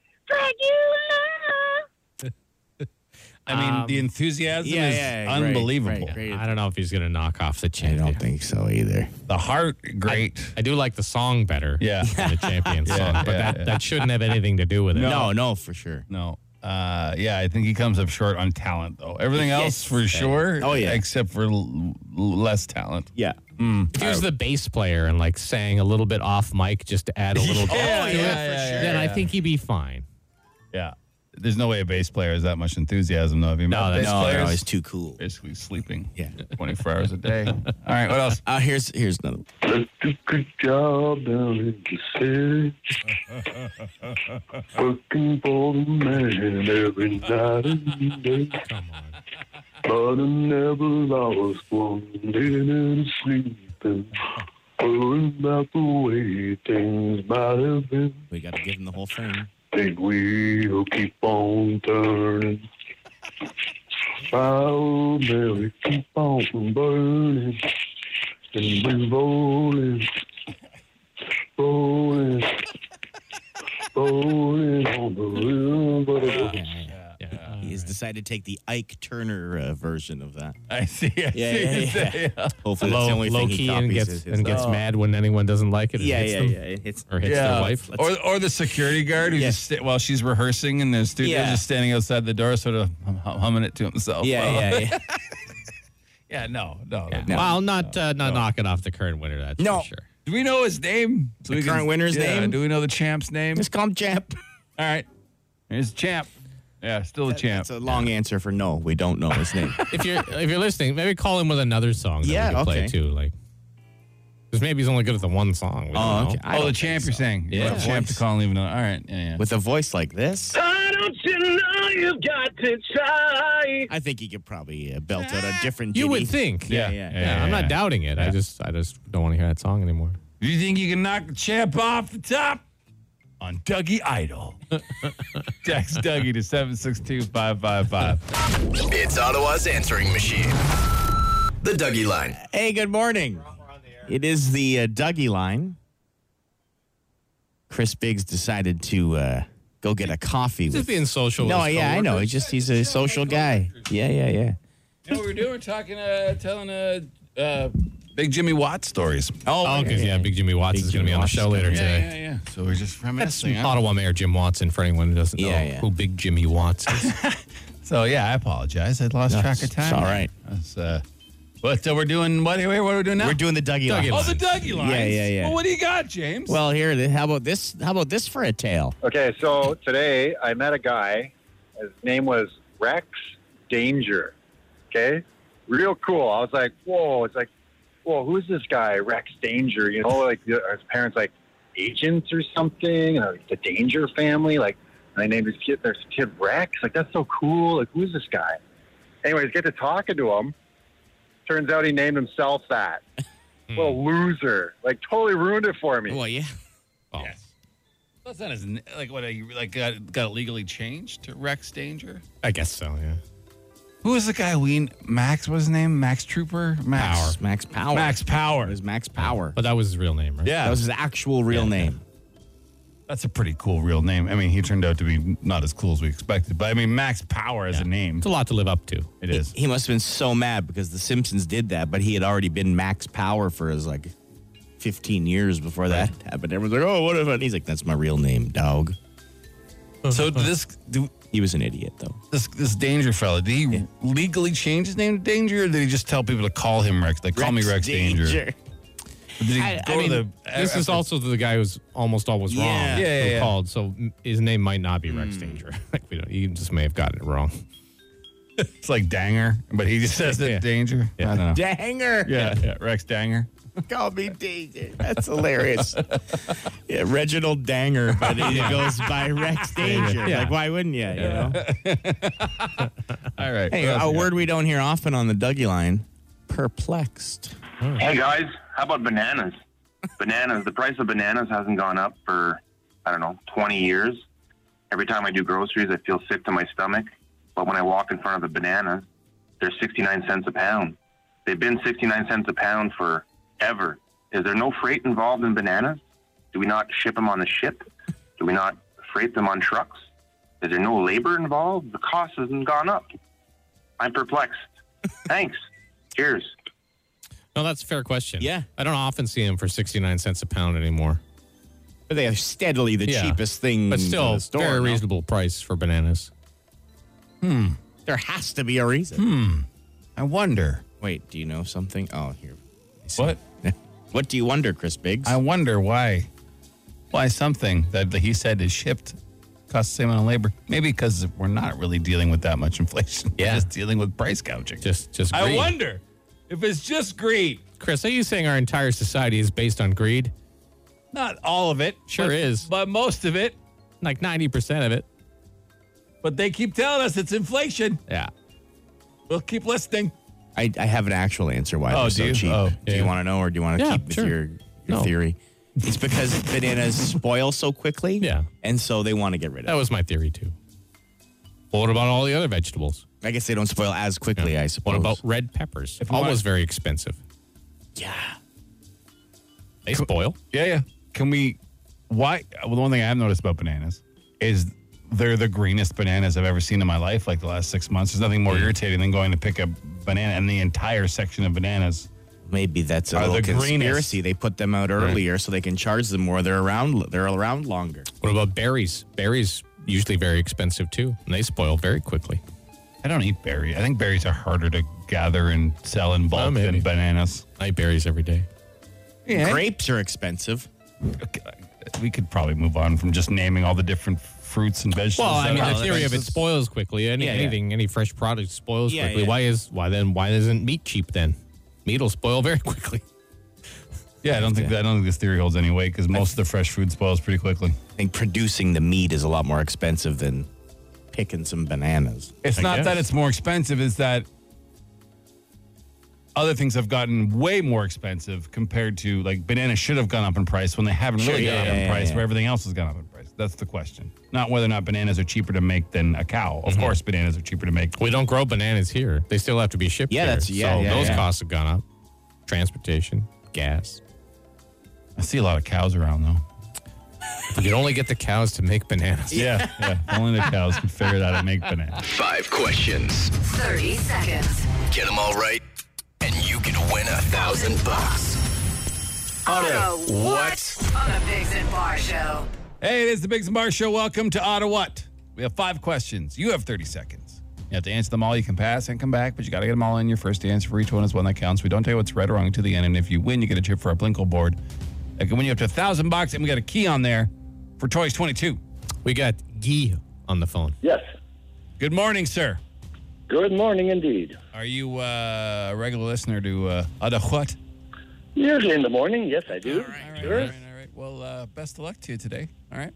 Speaker 8: Dracula.
Speaker 3: I mean,
Speaker 4: Um,
Speaker 3: the enthusiasm
Speaker 5: yeah,
Speaker 3: is
Speaker 5: yeah, yeah, great,
Speaker 3: unbelievable.
Speaker 5: great, great.
Speaker 4: I don't know if he's going to knock off the
Speaker 5: I
Speaker 4: champion.
Speaker 5: don't think so either.
Speaker 3: The heart, great.
Speaker 4: I do like the song better.
Speaker 3: Yeah.
Speaker 4: Than the champion song,
Speaker 3: Yeah,
Speaker 4: but
Speaker 3: yeah,
Speaker 4: that,
Speaker 3: yeah.
Speaker 4: that shouldn't have anything to do with it.
Speaker 5: No, no, for sure.
Speaker 3: no. Uh, yeah, I think he comes up short on talent, though. Everything else,
Speaker 5: Yes.
Speaker 3: for sure.
Speaker 5: Oh, yeah.
Speaker 3: Except for l- l- less talent.
Speaker 5: Yeah.
Speaker 4: If
Speaker 3: Oh.
Speaker 4: he was the bass player and like sang a little bit off mic just to add a little
Speaker 5: Oh,
Speaker 4: bit,
Speaker 3: Oh, yeah,
Speaker 4: then I think he'd be fine.
Speaker 3: Yeah. There's no way a bass player has that much enthusiasm, though. Have you
Speaker 4: No,
Speaker 3: met bass
Speaker 5: No, they're
Speaker 3: players?
Speaker 5: always too cool.
Speaker 3: basically sleeping.
Speaker 5: Yeah.
Speaker 3: 24 hours a day. All right, what else?
Speaker 5: Uh, here's here's another.
Speaker 8: Let's do good job down in the city. Working for the man every night and day. But I never lost one minute of sleeping. Worrying about the way things might have been.
Speaker 5: We got to give him the whole thing.
Speaker 8: Think we'll keep on turning. Fire, Mary, keep on burning. And we're rolling, rolling, rolling on the river.
Speaker 5: Uh, He's decided to take the Ike Turner uh, version of that.
Speaker 3: I see. I
Speaker 5: Yeah,
Speaker 3: see.
Speaker 5: yeah, yeah, Hopefully, that's the
Speaker 4: Low,
Speaker 5: only
Speaker 4: low
Speaker 5: thing he
Speaker 4: key
Speaker 5: copies.
Speaker 4: and
Speaker 5: is
Speaker 4: gets
Speaker 5: his-
Speaker 4: and gets mad when anyone doesn't like it. and
Speaker 5: yeah,
Speaker 4: hits
Speaker 5: yeah,
Speaker 4: them,
Speaker 5: yeah. It hits.
Speaker 4: Or hits their wife.
Speaker 3: Or, or the security guard who
Speaker 5: Yeah.
Speaker 3: just sta- while she's rehearsing in the studio,
Speaker 5: Yeah.
Speaker 3: just standing outside the door, sort of hum- hum- humming it to himself.
Speaker 5: Yeah,
Speaker 3: Well,
Speaker 5: yeah, yeah.
Speaker 3: yeah, no, no,
Speaker 4: Yeah.
Speaker 3: no.
Speaker 4: Well, not uh, not knocking off the current winner. That's
Speaker 5: No.
Speaker 4: for sure.
Speaker 3: Do we know his name? So
Speaker 5: The
Speaker 3: we
Speaker 5: current winner's
Speaker 3: yeah,
Speaker 5: name?
Speaker 3: Do we know the champ's name?
Speaker 5: Just call him champ.
Speaker 3: All right, here's the champ. Yeah, still the champ. Oh,
Speaker 5: That's a long answer for no. We don't know his name.
Speaker 4: If you're if you're listening, maybe call him with another song. That
Speaker 5: Yeah,
Speaker 4: we can play
Speaker 5: okay.
Speaker 4: too. Like, because maybe he's only good at the one song. We don't
Speaker 5: Oh,
Speaker 4: know.
Speaker 5: okay. I
Speaker 3: oh,
Speaker 5: don't
Speaker 3: the
Speaker 5: think
Speaker 3: champ
Speaker 5: so.
Speaker 3: you're saying. You
Speaker 5: Yeah.
Speaker 3: want champ to
Speaker 5: Voice.
Speaker 3: call and leave another. All right, yeah, yeah.
Speaker 5: With a voice like this,
Speaker 8: Why don't you know you've got to try?
Speaker 5: I think he could probably uh, belt out a different.
Speaker 4: You
Speaker 5: ditty.
Speaker 4: would think.
Speaker 3: Yeah,
Speaker 5: yeah,
Speaker 4: Yeah, I'm not doubting it. I just I just don't want to hear that song anymore.
Speaker 3: Do you think you can knock the champ off the top on Dougie Idol? Text Dougie to 762-555.
Speaker 2: It's Ottawa's answering machine. The Dougie Line.
Speaker 5: Hey, good morning. It is the uh, Dougie line. Chris Biggs decided to uh, go get a coffee.
Speaker 4: Just
Speaker 5: With,
Speaker 4: being social. with
Speaker 5: no,
Speaker 4: his
Speaker 5: yeah, I know.
Speaker 4: coworkers.
Speaker 5: It's just he's a social guy. Yeah, yeah, yeah.
Speaker 3: You know what we were doing? We're talking, uh, telling uh, uh, Big Jimmy Watt stories.
Speaker 4: Oh, because yeah, Big Jimmy Watts
Speaker 5: Big
Speaker 4: is going to be
Speaker 5: Jimmy
Speaker 4: on the
Speaker 5: Watts
Speaker 4: show
Speaker 5: is
Speaker 4: later
Speaker 5: coming.
Speaker 3: Yeah,
Speaker 4: today.
Speaker 3: yeah, yeah. So we're just
Speaker 4: That's
Speaker 3: reminiscing. huh?
Speaker 4: Ottawa Mayor Jim Watson for anyone who doesn't know
Speaker 5: Yeah, yeah.
Speaker 4: who Big Jimmy Watts is.
Speaker 3: So yeah, I apologize. I lost
Speaker 5: No,
Speaker 3: track of
Speaker 5: it's-
Speaker 3: time.
Speaker 5: it's all right.
Speaker 3: That's, uh, but uh, we're doing what? Wait, what are we doing now?
Speaker 5: We're doing the Dougie,
Speaker 3: Dougie
Speaker 5: line.
Speaker 3: Oh, the Dougie lines.
Speaker 5: Yeah, yeah, yeah.
Speaker 3: Well, what do you got, James?
Speaker 5: Well, here, th- how about this? How about this for a tale?
Speaker 9: Okay, so today I met a guy. His name was Rex Danger. Okay, real cool. I was like, whoa. It's like, whoa, who's this guy, Rex Danger? You know, like the- his parents, like agents or something, or the Danger family. Like, and they named his kid their kid Rex. Like, that's so cool. Like, who's this guy? Anyways, get to talking to him. Turns out he named himself that. What a loser! Like, totally ruined it for me.
Speaker 5: Well, yeah.
Speaker 4: Oh.
Speaker 3: that's not as like what you like got got legally changed to Rex Danger.
Speaker 4: I guess so, yeah.
Speaker 3: Who was the guy we Max was his name? Max Trooper? Max.
Speaker 5: Max, Max Power.
Speaker 3: Max
Speaker 5: It
Speaker 3: Power.
Speaker 5: was Max Power.
Speaker 4: But that was his real name, right?
Speaker 5: That was his actual real name.
Speaker 3: That's a pretty cool real name. I mean, he turned out to be not as cool as we expected, but I mean, Max Power as a name,
Speaker 4: It's a lot to live up to.
Speaker 3: it is.
Speaker 5: He must have been so mad because The Simpsons did that, but he had already been Max Power for his like 15 years before that happened. Everyone's like, oh, what if? I-" He's like, that's my real name, dog.
Speaker 3: So this do,
Speaker 5: He was an idiot, though.
Speaker 3: this this Danger fella, did he legally change his name to Danger, or did he just tell people to call him Rex? Like, call me Rex Danger. Did he
Speaker 5: I- I
Speaker 3: go to
Speaker 5: mean,
Speaker 3: the-
Speaker 4: This is
Speaker 3: after-
Speaker 4: also the guy who's almost always wrong.
Speaker 5: Yeah.
Speaker 4: who
Speaker 3: Yeah, Hmm. yeah, yeah.
Speaker 4: Called, so m- his name might not be Rex Danger. like we don't. He just may have gotten it wrong.
Speaker 3: it's like Danger, but he just says it
Speaker 4: Yeah.
Speaker 3: Danger. I don't know.
Speaker 5: Danger.
Speaker 3: yeah, yeah, Rex Danger.
Speaker 5: Call me Danger. That's hilarious. yeah, Reginald Danger, but he goes by Rex Danger.
Speaker 4: Yeah.
Speaker 5: Like, why wouldn't you? You know.
Speaker 3: All right.
Speaker 5: Hey,
Speaker 3: what else
Speaker 5: a
Speaker 3: we got?
Speaker 5: word we don't hear often on the Dougie line: perplexed.
Speaker 10: Hey guys, how about bananas? Bananas. The price of bananas hasn't gone up for I don't know twenty years. Every time I do groceries, I feel sick to my stomach. But when I walk in front of the bananas, they're sixty-nine cents a pound. They've been sixty-nine cents a pound for ever. Is there no freight involved in bananas? Do we not ship them on the ship? Do we not freight them on trucks? Is there no labor involved? The cost hasn't gone up. I'm perplexed. Thanks. Cheers.
Speaker 4: No, that's a fair question.
Speaker 5: Yeah.
Speaker 4: I don't often see him for 69 cents a pound anymore.
Speaker 5: But they are steadily the
Speaker 4: Yeah.
Speaker 5: cheapest thing.
Speaker 3: Hmm,
Speaker 4: But
Speaker 5: in
Speaker 4: still,
Speaker 5: the store,
Speaker 4: very
Speaker 5: no?
Speaker 4: reasonable price for bananas.
Speaker 5: There has to be a reason.
Speaker 3: I wonder.
Speaker 5: Wait, do you know something? Oh, here. I see.
Speaker 3: What?
Speaker 5: What do you wonder, Chris Biggs?
Speaker 3: I wonder why. Why something that he said is shipped costs the same amount of labor? Maybe because we're not really dealing with that much inflation. Yeah. We're just dealing with price gouging.
Speaker 4: Just, just.
Speaker 3: I
Speaker 4: greed.
Speaker 3: wonder if it's just greed.
Speaker 4: Chris, are you saying our entire society is based on greed?
Speaker 3: Not all of it.
Speaker 4: Sure
Speaker 3: but-
Speaker 4: is.
Speaker 3: But most of it.
Speaker 4: Like 90% of it.
Speaker 3: But they keep telling us it's inflation.
Speaker 4: Yeah.
Speaker 3: We'll keep listening.
Speaker 5: I, I have an actual answer why
Speaker 3: Oh,
Speaker 5: they're
Speaker 3: do
Speaker 5: so
Speaker 3: you?
Speaker 5: cheap.
Speaker 3: Oh,
Speaker 5: do
Speaker 4: yeah.
Speaker 5: you want to know, or do you want to
Speaker 4: Yeah,
Speaker 5: keep with
Speaker 4: sure.
Speaker 5: your, your
Speaker 4: No.
Speaker 5: theory? It's because bananas spoil so quickly.
Speaker 4: Yeah.
Speaker 5: and so they want to get rid
Speaker 4: That
Speaker 5: of. it.
Speaker 4: was my theory, too. Well, what about all the other vegetables?
Speaker 5: I guess they don't spoil as quickly. I suppose.
Speaker 4: What about red peppers?
Speaker 3: you
Speaker 4: Always
Speaker 3: want-
Speaker 4: very expensive.
Speaker 5: Yeah.
Speaker 4: They spoil.
Speaker 3: Yeah, yeah. Can we? Why? Well, the one thing I have noticed about bananas is they're the greenest bananas I've ever seen in my life. Like the last six months, there's nothing
Speaker 4: Mm.
Speaker 3: more irritating than going to pick a banana and the entire section of bananas.
Speaker 5: Maybe that's a
Speaker 3: Are
Speaker 5: little
Speaker 3: the greenest-
Speaker 5: conspiracy. They put them out earlier so they can charge them more. They're around. They're around longer.
Speaker 4: What about berries? Berries usually very expensive too, and they spoil very quickly.
Speaker 3: I don't eat berry. I think berries are harder to gather and sell in bulk
Speaker 4: maybe.
Speaker 3: than bananas.
Speaker 4: I eat berries every day.
Speaker 5: Grapes are expensive.
Speaker 3: We could probably move on from just naming all the different fruits and vegetables.
Speaker 4: Well, I
Speaker 3: that
Speaker 4: mean,
Speaker 3: are-
Speaker 4: the theory of it spoils quickly. Any,
Speaker 5: Yeah, yeah.
Speaker 4: anything, any fresh product spoils
Speaker 5: Yeah,
Speaker 4: quickly.
Speaker 5: yeah.
Speaker 4: Why is why then? Why isn't meat cheap then? Meat will spoil very quickly.
Speaker 3: yeah, I don't think that, I don't think this theory holds any weight because most of the fresh food spoils pretty quickly.
Speaker 5: I think producing the meat is a lot more expensive than picking some bananas.
Speaker 3: It's
Speaker 4: I
Speaker 3: not that
Speaker 4: guess.
Speaker 3: it's more expensive, it's that other things have gotten way more expensive compared to like bananas should have gone up in price when they haven't really
Speaker 5: yeah,
Speaker 3: gone up
Speaker 5: yeah,
Speaker 3: in
Speaker 5: yeah,
Speaker 3: price,
Speaker 5: yeah.
Speaker 3: where everything else has gone up in price. That's the question. Not whether or not bananas are cheaper to make than a cow. Of course, bananas are cheaper to make.
Speaker 4: Mm-hmm. We don't grow bananas here. They still have to be shipped.
Speaker 5: Yeah,
Speaker 4: here.
Speaker 5: that's- yeah,
Speaker 4: So
Speaker 5: yeah,
Speaker 4: those
Speaker 5: yeah.
Speaker 4: costs have gone up. Transportation, gas.
Speaker 3: I see a lot of cows around though.
Speaker 4: You can only get the cows to make bananas.
Speaker 3: Yeah, yeah. Only the cows can figure it out how to make bananas.
Speaker 2: Five questions.
Speaker 1: 30 seconds.
Speaker 2: Get them all right, and you can win a thousand bucks.
Speaker 1: Auto what? On the Bigs and Bar Show.
Speaker 3: Hey, it is the Biggs and Bar Show. Welcome to Ottawa. What? We have five questions. You have 30 seconds. You have to answer them all. You can pass and come back, but you got to get them all in. Your first answer for each one is one that counts. We don't tell you what's right or wrong to the end. And if you win, you get a chip for our Blinko board. I can win you up to a thousand bucks, and we got a key on there for Toys 22.
Speaker 4: We got Guy on the phone.
Speaker 11: Yes.
Speaker 3: Good morning, sir.
Speaker 11: Good morning indeed.
Speaker 3: Are you uh, a regular listener to uh, Ottawa? What?
Speaker 11: Usually in the morning, yes, I do. sure.
Speaker 3: All right. Well, uh, best of luck to you today. All right.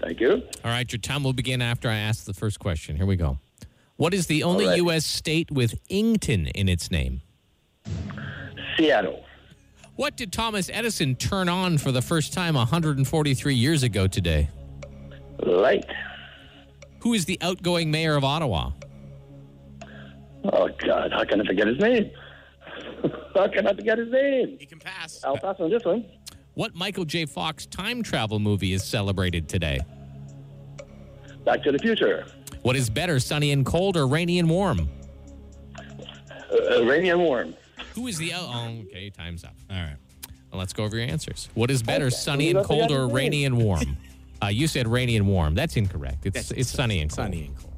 Speaker 11: Thank you.
Speaker 4: All right, your time will begin after I ask the first question. Here we go. What is the only
Speaker 11: All right.
Speaker 4: U.S. state with Ington in its name?
Speaker 11: Seattle.
Speaker 4: What did Thomas Edison turn on for the first time 143 years ago today?
Speaker 11: Light.
Speaker 4: Who is the outgoing mayor of Ottawa?
Speaker 11: Oh, God. How can I forget his name? how can I forget his name?
Speaker 5: You can pass.
Speaker 11: I'll pass on this one.
Speaker 4: What Michael J. Fox time travel movie is celebrated today?
Speaker 11: Back to the future.
Speaker 4: What is better, sunny and cold or rainy and warm?
Speaker 11: Uh, uh, rainy and warm.
Speaker 4: Who is the out- oh, okay? Time's up. All right, well, let's go over your answers. What is better, sunny and
Speaker 11: That's what
Speaker 4: cold
Speaker 11: I
Speaker 4: or
Speaker 11: said.
Speaker 4: rainy and warm? Uh, you said rainy and warm. That's incorrect. It's it's sunny and cold.
Speaker 5: Sunny and cold.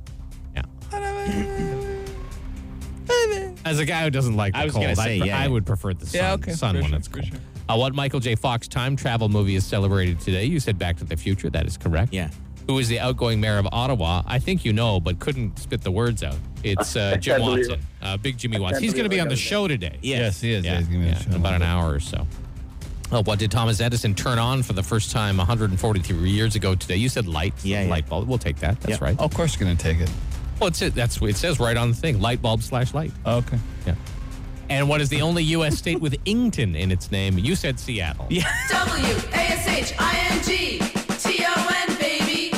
Speaker 4: As a guy who doesn't like the
Speaker 5: I was
Speaker 4: cold,
Speaker 5: gonna say,
Speaker 4: I,
Speaker 5: yeah, yeah.
Speaker 4: I would prefer the sun,
Speaker 3: Yeah, okay.
Speaker 4: sun
Speaker 3: For
Speaker 4: when
Speaker 3: sure,
Speaker 4: it's
Speaker 3: for
Speaker 4: cold.
Speaker 3: sure.
Speaker 4: Uh, what Michael J. Fox time travel movie is celebrated today? You said Back to the Future. That is correct.
Speaker 5: Yeah.
Speaker 4: Who is the outgoing mayor of Ottawa? I think you know, but couldn't spit the words out. It's uh, Jim
Speaker 11: can't believe
Speaker 4: Watson, uh, Big Jimmy Watson.
Speaker 11: can't
Speaker 4: He's going to
Speaker 11: believe
Speaker 4: be
Speaker 11: I
Speaker 4: on the
Speaker 11: got that.
Speaker 4: show today.
Speaker 3: Yes, he is.
Speaker 4: Yeah,
Speaker 3: He's giving me a
Speaker 4: yeah, in
Speaker 3: show.
Speaker 4: about an hour or so. Oh, what did Thomas Edison turn on for the first time 143 years ago today? You said light,
Speaker 5: Yeah, yeah.
Speaker 4: light bulb. We'll take that. That's
Speaker 5: Yeah.
Speaker 4: right.
Speaker 3: Oh, of course, you're going to take it.
Speaker 4: well, it's it. That's it says right on the thing: light bulb slash light.
Speaker 5: Oh.
Speaker 3: Okay.
Speaker 4: Yeah. And what is the only U.S. state with Ington in its name? You said Seattle. Yeah.
Speaker 12: W A S H I N G T O N baby.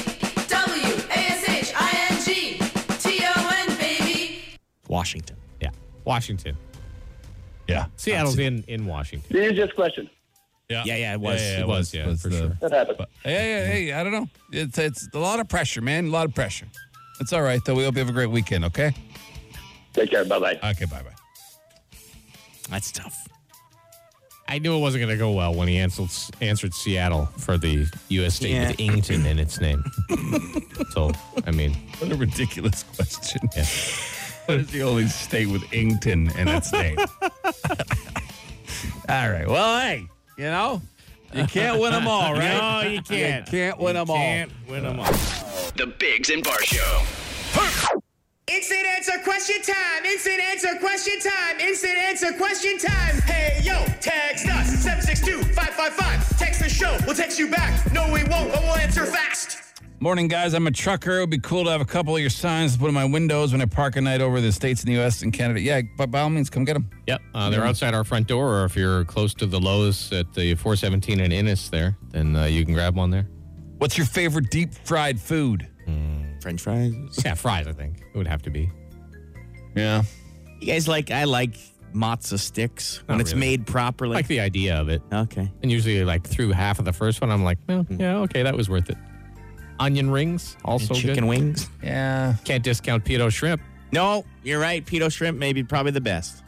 Speaker 12: W A S H I N G T O N baby.
Speaker 5: Washington.
Speaker 4: Yeah. Washington.
Speaker 3: Yeah.
Speaker 4: Seattle's in in Washington.
Speaker 11: Serious question.
Speaker 5: Yeah, yeah, it was.
Speaker 3: Yeah,
Speaker 5: It
Speaker 3: it
Speaker 4: was,
Speaker 3: was.
Speaker 4: yeah, for
Speaker 3: the-
Speaker 4: sure.
Speaker 11: That happened.
Speaker 3: Hey, hey, hey, I don't know. It's, it's a lot of pressure, man. A lot of pressure. It's all right, though. We hope you have a great weekend, okay?
Speaker 11: Take care. Bye bye.
Speaker 3: Okay, bye bye.
Speaker 5: That's tough.
Speaker 4: I knew it wasn't going to go well when he answered answered Seattle for the U.S. state with Ington in its name. so I mean,
Speaker 3: What a ridiculous question. What is the only state with Ington in its name? all right. Well, hey, you know, you can't win them all, right?
Speaker 5: No, you can't.
Speaker 3: You can't win them all.
Speaker 5: Can't win 'em all.
Speaker 2: The Bigs and Bar Show.
Speaker 7: Instant answer question time. Instant answer question time. Instant answer question time. Hey yo, text us 762-555. Text the show. We'll text you back. No, we won't, but we'll answer fast.
Speaker 3: Morning, guys. I'm a trucker. It would be cool to have a couple of your signs to put in my windows when I park at night over the states in the U.S. and Canada. Yeah, but by all means, come get them.
Speaker 4: yep. Uh, they're outside our front door, or if you're close to the Lowe's at the 417 and Innis there, then uh, you can grab one there.
Speaker 3: What's your favorite deep fried food?
Speaker 5: French fries.
Speaker 4: Yeah, fries. I think it would have to be.
Speaker 3: Yeah.
Speaker 5: You guys like? I like matzo sticks when
Speaker 4: Not
Speaker 5: it's
Speaker 4: really.
Speaker 5: made properly.
Speaker 4: Like the idea of it.
Speaker 5: okay.
Speaker 4: And usually, like through half of the first one, I'm like, well, yeah, okay, that was worth it. Onion rings, also
Speaker 5: chicken
Speaker 4: good.
Speaker 5: wings.
Speaker 3: Yeah.
Speaker 4: Can't discount Pito shrimp.
Speaker 5: No, you're right. Pito shrimp may be probably the best.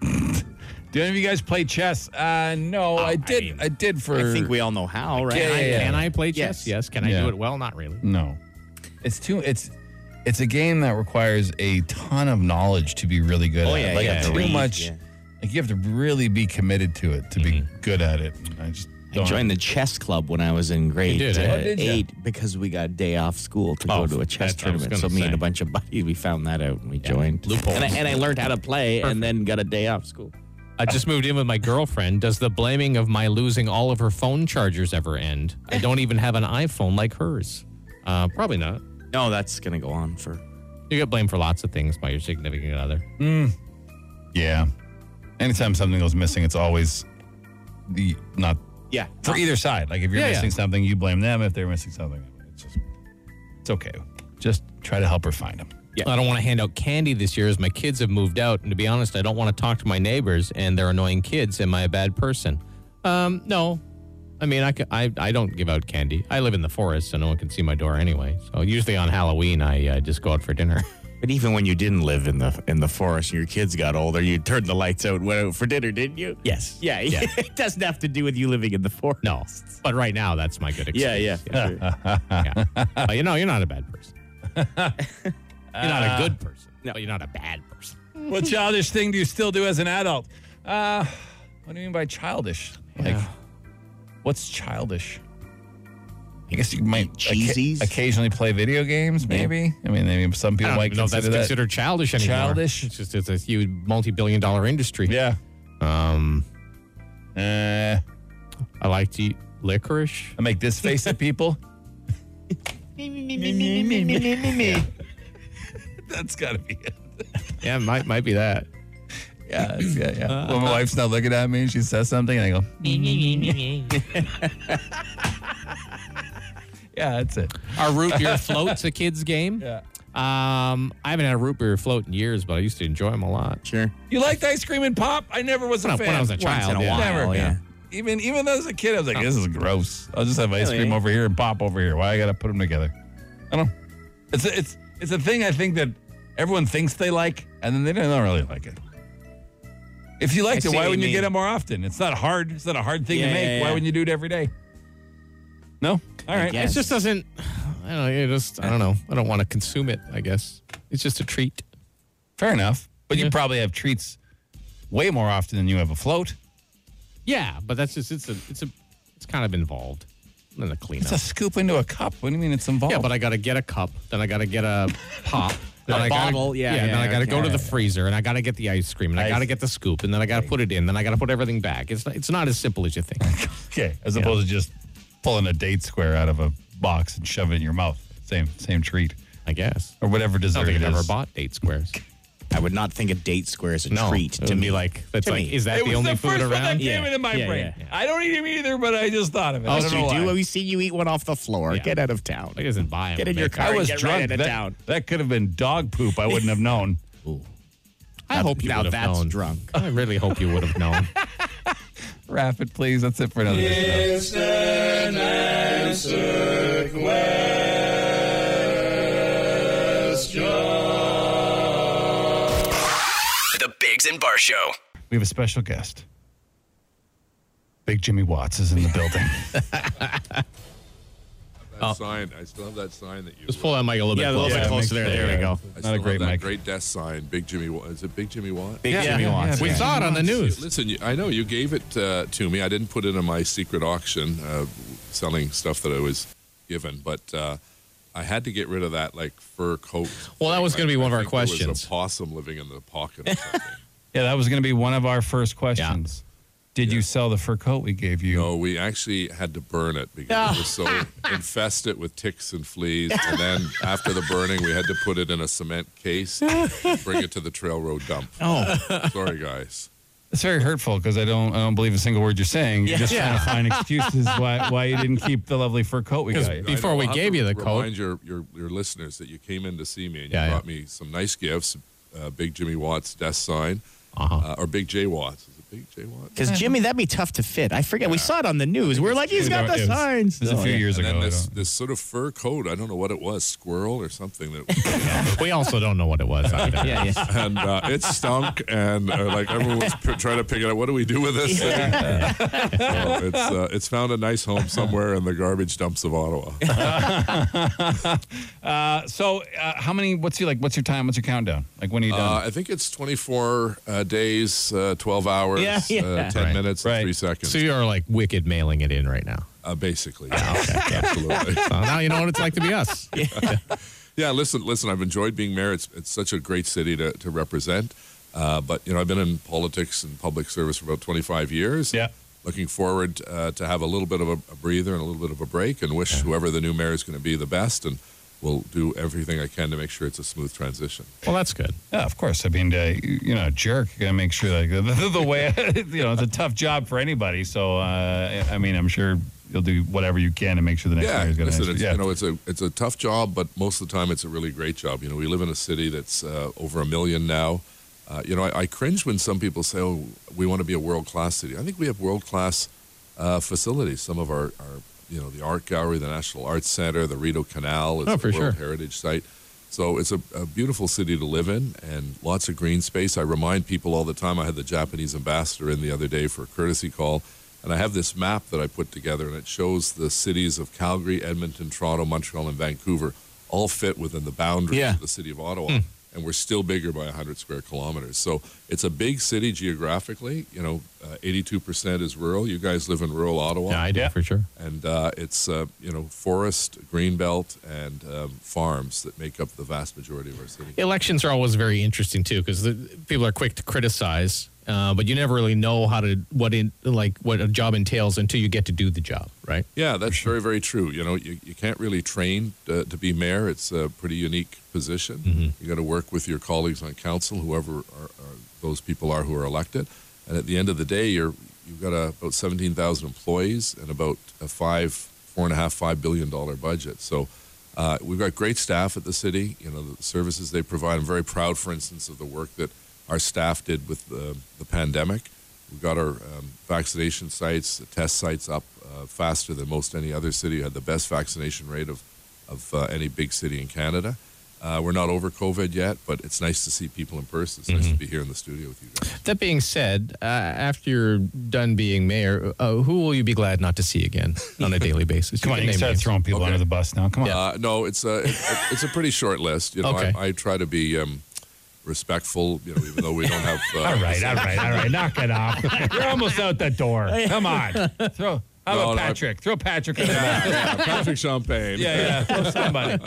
Speaker 3: Do any of you guys play chess? Uh, no, I did. I,
Speaker 5: Oh, mean,
Speaker 3: did for.
Speaker 5: I think we all know how, right?
Speaker 3: Yeah, yeah, yeah.
Speaker 4: Can I play
Speaker 5: Yes.
Speaker 4: chess? Yes. Can I
Speaker 3: Yeah.
Speaker 4: do it well? Not really.
Speaker 3: No, it's too. It's it's a game that requires a ton of knowledge to be really good.
Speaker 5: Oh,
Speaker 3: at.
Speaker 5: yeah,
Speaker 3: like
Speaker 5: yeah,
Speaker 3: it's
Speaker 5: to
Speaker 3: too
Speaker 5: read,
Speaker 3: much.
Speaker 5: yeah. Mm-hmm.
Speaker 3: Like you have to really be committed to it to be good at it. And I just
Speaker 5: I
Speaker 3: don't.
Speaker 5: joined the chess club when I was in grade
Speaker 4: did,
Speaker 5: uh,
Speaker 4: eh?
Speaker 3: Oh, did ya?
Speaker 5: eight because we got a day off school to
Speaker 4: Oh,
Speaker 5: go to a chess
Speaker 4: that's what I was
Speaker 5: tournament. So
Speaker 4: gonna
Speaker 5: me and
Speaker 4: say.
Speaker 5: a bunch of buddies, we found that out and we joined. And I, and I learned how to play and then got a day off school.
Speaker 4: I just moved in with my girlfriend. Does the blaming of my losing all of her phone chargers ever end? I don't even have an iPhone like hers. Uh, probably not.
Speaker 5: No, that's gonna go on for.
Speaker 4: You get blamed for lots of things by your significant other.
Speaker 3: yeah. Anytime something goes missing, it's always the not
Speaker 5: Yeah.
Speaker 3: for either side. Like if you're
Speaker 4: Yeah, yeah.
Speaker 3: missing something, you blame them. If they're missing something, it's just it's okay. Just try to help her find them.
Speaker 4: I don't want to hand out candy this year as my kids have moved out. And to be honest, I don't want to talk to my neighbors and their annoying kids. Am I a bad person? Um, no. I mean, I, ca- I, I don't give out candy. I live in the forest, so no one can see my door anyway. So usually on Halloween, I uh, just go out for dinner.
Speaker 5: But even when you didn't live in the in the forest and your kids got older, you turned the lights out and went out for dinner, didn't you?
Speaker 4: Yes.
Speaker 5: Yeah.
Speaker 4: Yeah.
Speaker 5: it doesn't have to do with you living in the forest.
Speaker 4: No. But right now, that's my good excuse.
Speaker 5: Yeah, yeah.
Speaker 4: Yeah. But you know, you're not a bad person. You're not a good
Speaker 5: Uh,
Speaker 4: person. No, you're not a bad person.
Speaker 3: What childish thing do you still do as an adult? Uh, what do you mean by childish? Like, what's childish? I guess you might
Speaker 5: Cheesies?
Speaker 3: occa- occasionally play video games, maybe. I mean, maybe some
Speaker 4: I
Speaker 3: people
Speaker 4: don't
Speaker 3: might
Speaker 4: know if that's
Speaker 3: consider that
Speaker 4: considered childish anymore.
Speaker 3: Childish?
Speaker 4: It's just it's a huge multi-billion dollar industry.
Speaker 3: Yeah.
Speaker 4: Um,
Speaker 3: Uh,
Speaker 4: I like to eat licorice.
Speaker 3: I make this face at people. That's gotta be it.
Speaker 4: Yeah, it might might be that.
Speaker 3: Yeah, it's- yeah, yeah. Well, my wife's not looking at me. She says something, and I go, "Yeah, that's it."
Speaker 4: Our root beer floats a kids game.
Speaker 3: Yeah.
Speaker 4: Um, I haven't had a root beer float in years, but I used to enjoy them a lot.
Speaker 5: Sure.
Speaker 3: You liked ice cream and pop? I never was a
Speaker 4: When I-
Speaker 3: fan.
Speaker 4: when I was a child,
Speaker 5: in a
Speaker 4: yeah. Oh.
Speaker 5: while,
Speaker 3: Never.
Speaker 5: yeah.
Speaker 3: Even even though as a kid, I was like, "This is gross." I'll just have ice
Speaker 5: Really?
Speaker 3: cream over here and pop over here. Why I gotta put them together? I don't. It's a, it's it's a thing I think that everyone thinks they like, and then they don't don't really like it. If you liked
Speaker 5: I
Speaker 3: it,
Speaker 5: see
Speaker 3: why
Speaker 5: what you
Speaker 3: wouldn't you get
Speaker 5: mean.
Speaker 3: it more often? It's not hard. It's not a hard thing
Speaker 5: Yeah,
Speaker 3: to make.
Speaker 5: yeah,
Speaker 3: Why
Speaker 5: yeah.
Speaker 3: wouldn't you do it every day? No. All right.
Speaker 5: guess.
Speaker 4: It just doesn't. I don't. Know, it just. I don't know. I don't want to consume it. I guess it's just a treat.
Speaker 3: Fair enough. But you probably have treats way more often than you have a float.
Speaker 4: Yeah, but that's just. It's a. It's a. It's kind of involved. And then the
Speaker 3: It's
Speaker 4: cleanup.
Speaker 3: a scoop into a cup. What do you mean it's involved?
Speaker 4: Yeah, but I got to get a cup. Then I got to get a pop. Then
Speaker 5: A
Speaker 4: I gotta-
Speaker 5: bottle, yeah,
Speaker 4: Then
Speaker 5: yeah,
Speaker 4: I got to go to
Speaker 5: okay.
Speaker 4: the freezer, and I got to get the ice cream, and I,
Speaker 3: Ice.
Speaker 4: got to get the scoop, and then I got to put it in, then I got to put everything back. It's not, it's not as simple as you think.
Speaker 3: Okay, as opposed to just pulling a date square out of a box and shoving it in your mouth. Same same treat
Speaker 4: I guess.
Speaker 3: or whatever
Speaker 4: I don't
Speaker 3: dessert
Speaker 4: think
Speaker 3: it
Speaker 4: I've ever
Speaker 3: is.
Speaker 4: bought date squares.
Speaker 5: I would not think a date square is a
Speaker 4: No,
Speaker 5: treat
Speaker 4: it
Speaker 5: to
Speaker 4: would
Speaker 5: me.
Speaker 4: be like that's
Speaker 5: To
Speaker 4: like
Speaker 5: me.
Speaker 4: is that the only food around?
Speaker 5: came Yeah. into my Yeah, brain.
Speaker 3: I don't eat them either, but I just thought of it.
Speaker 5: Oh, so you do? We see you eat one off the floor.
Speaker 4: Yeah.
Speaker 5: Get out of town.
Speaker 4: Like doesn't buy 'em
Speaker 5: Get
Speaker 4: or
Speaker 5: in your
Speaker 4: make 'em.
Speaker 5: car.
Speaker 3: I was
Speaker 5: get right
Speaker 3: drunk.
Speaker 5: out of
Speaker 3: that,
Speaker 5: town.
Speaker 3: that could have been dog poop. I wouldn't have known.
Speaker 4: I hope you
Speaker 5: now
Speaker 4: would have
Speaker 5: that's
Speaker 4: known.
Speaker 5: drunk.
Speaker 4: I really hope you would have known.
Speaker 3: Wrap it, please. That's it for another.
Speaker 2: The Bigs and Bar Show.
Speaker 3: We have a special guest. Big Jimmy Watts is in the building. Oh.
Speaker 13: That sign. I still have that sign that you.
Speaker 4: Just pull that mic a little
Speaker 5: Yeah,
Speaker 4: bit
Speaker 5: a little
Speaker 4: closer.
Speaker 5: bit closer there.
Speaker 3: makes-
Speaker 5: There we go.
Speaker 13: I
Speaker 3: Not
Speaker 13: still
Speaker 3: a
Speaker 13: have
Speaker 3: great
Speaker 13: that
Speaker 3: mic.
Speaker 13: Great desk sign. Big Jimmy. Wa- Is it Big Jimmy Watt?
Speaker 5: Big
Speaker 3: Yeah,
Speaker 5: Jimmy
Speaker 3: yeah,
Speaker 5: Watts.
Speaker 3: yeah.
Speaker 4: We
Speaker 5: yeah.
Speaker 4: saw it on the news.
Speaker 13: Listen, you, I know you gave it uh, to me. I didn't put it in my secret auction, uh, selling stuff that I was given, but uh, I had to get rid of that like fur coat.
Speaker 4: Well, that was
Speaker 13: I-
Speaker 4: gonna be
Speaker 13: I
Speaker 4: one of our
Speaker 13: think there was a
Speaker 4: questions.
Speaker 13: possum living in the pocket. Or something.
Speaker 3: yeah, that was going to be one of our first questions. Did you sell the fur coat we gave you?
Speaker 13: no, Oh, we actually had to burn it because it was so infested with ticks and fleas. And then after the burning, we had to put it in a cement case, and bring it to the trail road dump.
Speaker 5: Oh,
Speaker 13: Sorry, guys.
Speaker 3: It's very hurtful because I don't I don't believe a single word you're saying. You're just trying to find excuses why why you didn't keep the lovely fur coat we got. you.
Speaker 4: Before we
Speaker 13: I'll have
Speaker 4: gave
Speaker 13: to
Speaker 4: you the
Speaker 13: remind
Speaker 4: coat.
Speaker 13: your, your your listeners that you came in to see me and
Speaker 4: Yeah,
Speaker 13: you
Speaker 4: yeah.
Speaker 13: brought me some nice gifts. Uh, Big Jimmy Watts desk sign,
Speaker 4: Uh-huh.
Speaker 13: uh, or Big J Watts. Is it Big J Watts?
Speaker 5: because Jimmy, that'd be tough to fit. I forget. We saw it on the news. We're like, he's
Speaker 3: You
Speaker 5: got
Speaker 3: know,
Speaker 5: the
Speaker 3: it was-
Speaker 5: signs.
Speaker 3: This is a
Speaker 5: Oh,
Speaker 3: few
Speaker 5: yeah.
Speaker 3: years
Speaker 13: And
Speaker 3: ago.
Speaker 13: then
Speaker 3: I
Speaker 13: this,
Speaker 3: don't-
Speaker 13: this sort of fur coat. I don't know what it was, squirrel or something. That
Speaker 4: we also don't know what it was. Either.
Speaker 5: Yeah, yeah.
Speaker 13: and uh, it stunk, and uh, like everyone was p- trying to figure out what do we do with this. thing? Uh, so it's uh, it's found a nice home somewhere in the garbage dumps of Ottawa.
Speaker 3: Uh, so uh, how many? What's your like? What's your time? What's your countdown? Like when are you
Speaker 13: Uh,
Speaker 3: done?
Speaker 13: I think it's 24 uh, days, uh, 12 hours,
Speaker 5: Yeah, yeah.
Speaker 13: Uh, 10
Speaker 4: Right,
Speaker 13: minutes, and
Speaker 3: right.
Speaker 13: 3 seconds.
Speaker 4: So you are like wicked mailing it in right now.
Speaker 13: Uh, basically, yeah. absolutely.
Speaker 4: Uh, now you know what it's like to be us.
Speaker 13: Yeah, listen, listen. I've enjoyed being mayor. It's, it's such a great city to, to represent. Uh, but you know, I've been in politics and public service for about 25 years.
Speaker 3: Yeah.
Speaker 13: Looking forward uh, to have a little bit of a, a breather and a little bit of a break, and wish whoever the new mayor is going to be the best, and will do everything I can to make sure it's a smooth transition.
Speaker 4: Well, that's good.
Speaker 3: yeah, of course. I mean, uh, you you know, jerk. You gotta make sure like the, the, the way you know it's a tough job for anybody. So uh, I mean, I'm sure you'll do whatever you can to make sure the next
Speaker 13: yeah,
Speaker 3: guy is gonna.
Speaker 13: listen,
Speaker 3: answer.
Speaker 13: it's,
Speaker 3: yeah,
Speaker 13: you know, it's a it's a tough job, but most of the time it's a really great job. You know, we live in a city that's uh, over a million now. Uh, you know, I, I cringe when some people say, "Oh, we want to be a world class city." I think we have world class uh, facilities. Some of our, our, you know, the Art Gallery, the National Arts Center, the Rideau Canal is
Speaker 4: Oh,
Speaker 13: a
Speaker 4: for
Speaker 13: World
Speaker 4: sure.
Speaker 13: Heritage Site. So it's a, a beautiful city to live in and lots of green space. I remind people all the time. I had the Japanese ambassador in the other day for a courtesy call, and I have this map that I put together, and it shows the cities of Calgary, Edmonton, Toronto, Montreal, and Vancouver all fit within the boundaries
Speaker 14: Yeah.
Speaker 13: of the city of Ottawa.
Speaker 4: Hmm.
Speaker 13: And we're still bigger by 100 square kilometers. So it's a big city geographically. You know, uh, 82% is rural. You guys live in rural Ottawa.
Speaker 4: Yeah, I do for sure.
Speaker 13: And uh, it's, uh, you know, forest, greenbelt, and um, farms that make up the vast majority of our city.
Speaker 4: Elections are always very interesting too because people are quick to criticize, uh, but you never really know how to what in like what a job entails until you get to do the job, right?
Speaker 13: Yeah, that's very, very true. You know, you, you can't really train uh, to be mayor. It's a pretty unique position. You got to work with your colleagues on council, whoever are, are those people are who are elected. And at the end of the day, you're you've got uh, about seventeen thousand employees and about a five, four and a half, five billion dollar budget. So. Uh, we've got great staff at the city. You know the services they provide. I'm very proud, for instance, of the work that our staff did with the, the pandemic. We've got our um, vaccination sites, the test sites up uh, faster than most any other city. We had the best vaccination rate of, of uh, any big city in Canada. Uh, we're not over COVID yet, but it's nice to see people in person. It's
Speaker 3: Mm-hmm.
Speaker 13: nice to be here in the studio with you guys.
Speaker 4: That being said, uh, after you're done being mayor, uh, who will you be glad not to see again on a daily basis?
Speaker 13: Come on,
Speaker 4: can
Speaker 13: you
Speaker 4: name
Speaker 13: start
Speaker 4: names.
Speaker 13: throwing people Okay. under the
Speaker 3: bus now. Come
Speaker 13: Uh, no, it's a it- it's a pretty short list. You know,
Speaker 3: Okay.
Speaker 13: I, I try to be um, respectful. You know, even though we don't have. Uh,
Speaker 3: all right, all right, all right. Knock it off. You're almost out the door. Come on. Throw. How
Speaker 13: No,
Speaker 3: about
Speaker 13: no, I-
Speaker 3: Patrick? Throw Patrick in the back.
Speaker 13: Patrick Champagne.
Speaker 3: Yeah, yeah. Throw somebody.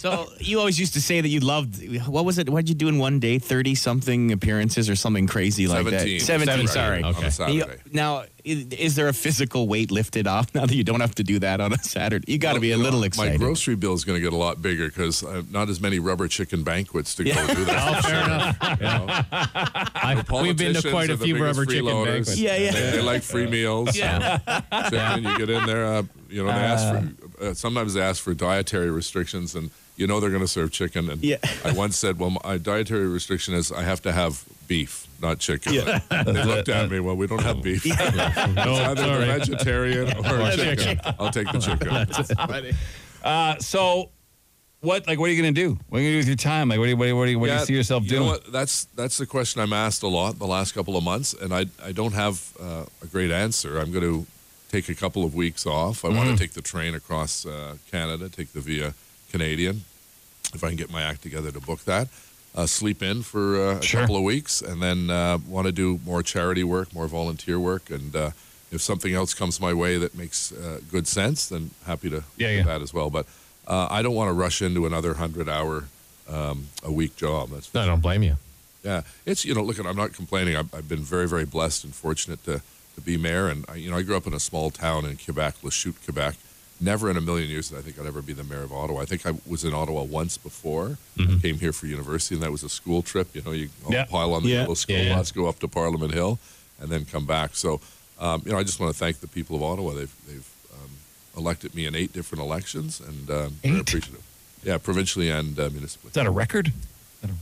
Speaker 5: so you always used to say that you loved. What was it? What did you do in one day? Thirty something appearances or something crazy like that.
Speaker 4: 17.
Speaker 5: Seventeen.
Speaker 4: Right,
Speaker 5: Sorry.
Speaker 4: on a
Speaker 5: You-
Speaker 4: Saturday.
Speaker 5: now, i- is there a physical weight lifted off now that you don't have to do that on a Saturday? Oh, You got to be a little
Speaker 13: My
Speaker 5: excited.
Speaker 13: grocery bill is going to get a lot bigger because not as many rubber chicken banquets to
Speaker 5: Yeah.
Speaker 13: go do that.
Speaker 5: Oh, fair enough.
Speaker 13: The
Speaker 4: We've been to
Speaker 13: politicians
Speaker 4: quite
Speaker 13: are
Speaker 4: a
Speaker 13: the
Speaker 4: few
Speaker 13: biggest
Speaker 4: rubber chicken
Speaker 13: freeloaders.
Speaker 4: banquets.
Speaker 13: They, they like free meals.
Speaker 4: Yeah.
Speaker 13: Chicken, you get in there, uh, you know, they ask for, uh, sometimes they ask for dietary restrictions and you know they're going to serve chicken. And
Speaker 5: Yeah.
Speaker 13: I once said, well, my dietary restriction is I have to have beef, not chicken.
Speaker 5: Yeah.
Speaker 13: And They looked at me, well, we don't have beef. it's either
Speaker 3: sorry.
Speaker 13: vegetarian or
Speaker 3: Or
Speaker 13: chicken.
Speaker 3: chicken.
Speaker 13: I'll take the chicken.
Speaker 3: Uh, so, what? Like, what are you gonna do? What are you gonna do with your time? Like, what do you, what do you, what do you, what do
Speaker 13: Yeah,
Speaker 3: you see yourself
Speaker 13: you know
Speaker 3: doing?
Speaker 13: what? That's that's the question I'm asked a lot the last couple of months, and I I don't have uh, a great answer. I'm going to take a couple of weeks off. I want
Speaker 3: Mm-hmm.
Speaker 14: Mhm.
Speaker 13: to take the train across uh, Canada, take the Via Canadian, if I can get my act together to book that. Uh, sleep in for uh, a couple of weeks, and then uh, want to do more charity work, more volunteer work, and uh, if something else comes my way that makes uh, good sense, then happy to
Speaker 3: Yeah,
Speaker 13: do
Speaker 3: yeah.
Speaker 13: that as well. But uh, I don't want to rush into another hundred hour um, a week job. That's
Speaker 4: I don't blame you.
Speaker 13: yeah, it's you know, look, I'm not complaining. I've, I've been very, very blessed and fortunate to, to be mayor. And I, you know, I grew up in a small town in Quebec, Lachute, Quebec. Never in a million years did I think I'd ever be the mayor of Ottawa. I think I was in Ottawa once before.
Speaker 3: Mm-hmm.
Speaker 13: I came here for university, and that was a school trip. You know, you all
Speaker 14: Yeah.
Speaker 13: pile on the
Speaker 14: Yeah.
Speaker 13: yellow school
Speaker 14: Yeah, yeah.
Speaker 13: bus, go up to Parliament Hill, and then come back. So, um, you know, I just want to thank the people of Ottawa. They've they've um, elected me in eight different elections, and um, very appreciative. Yeah, provincially and uh, municipally.
Speaker 3: Is that a record?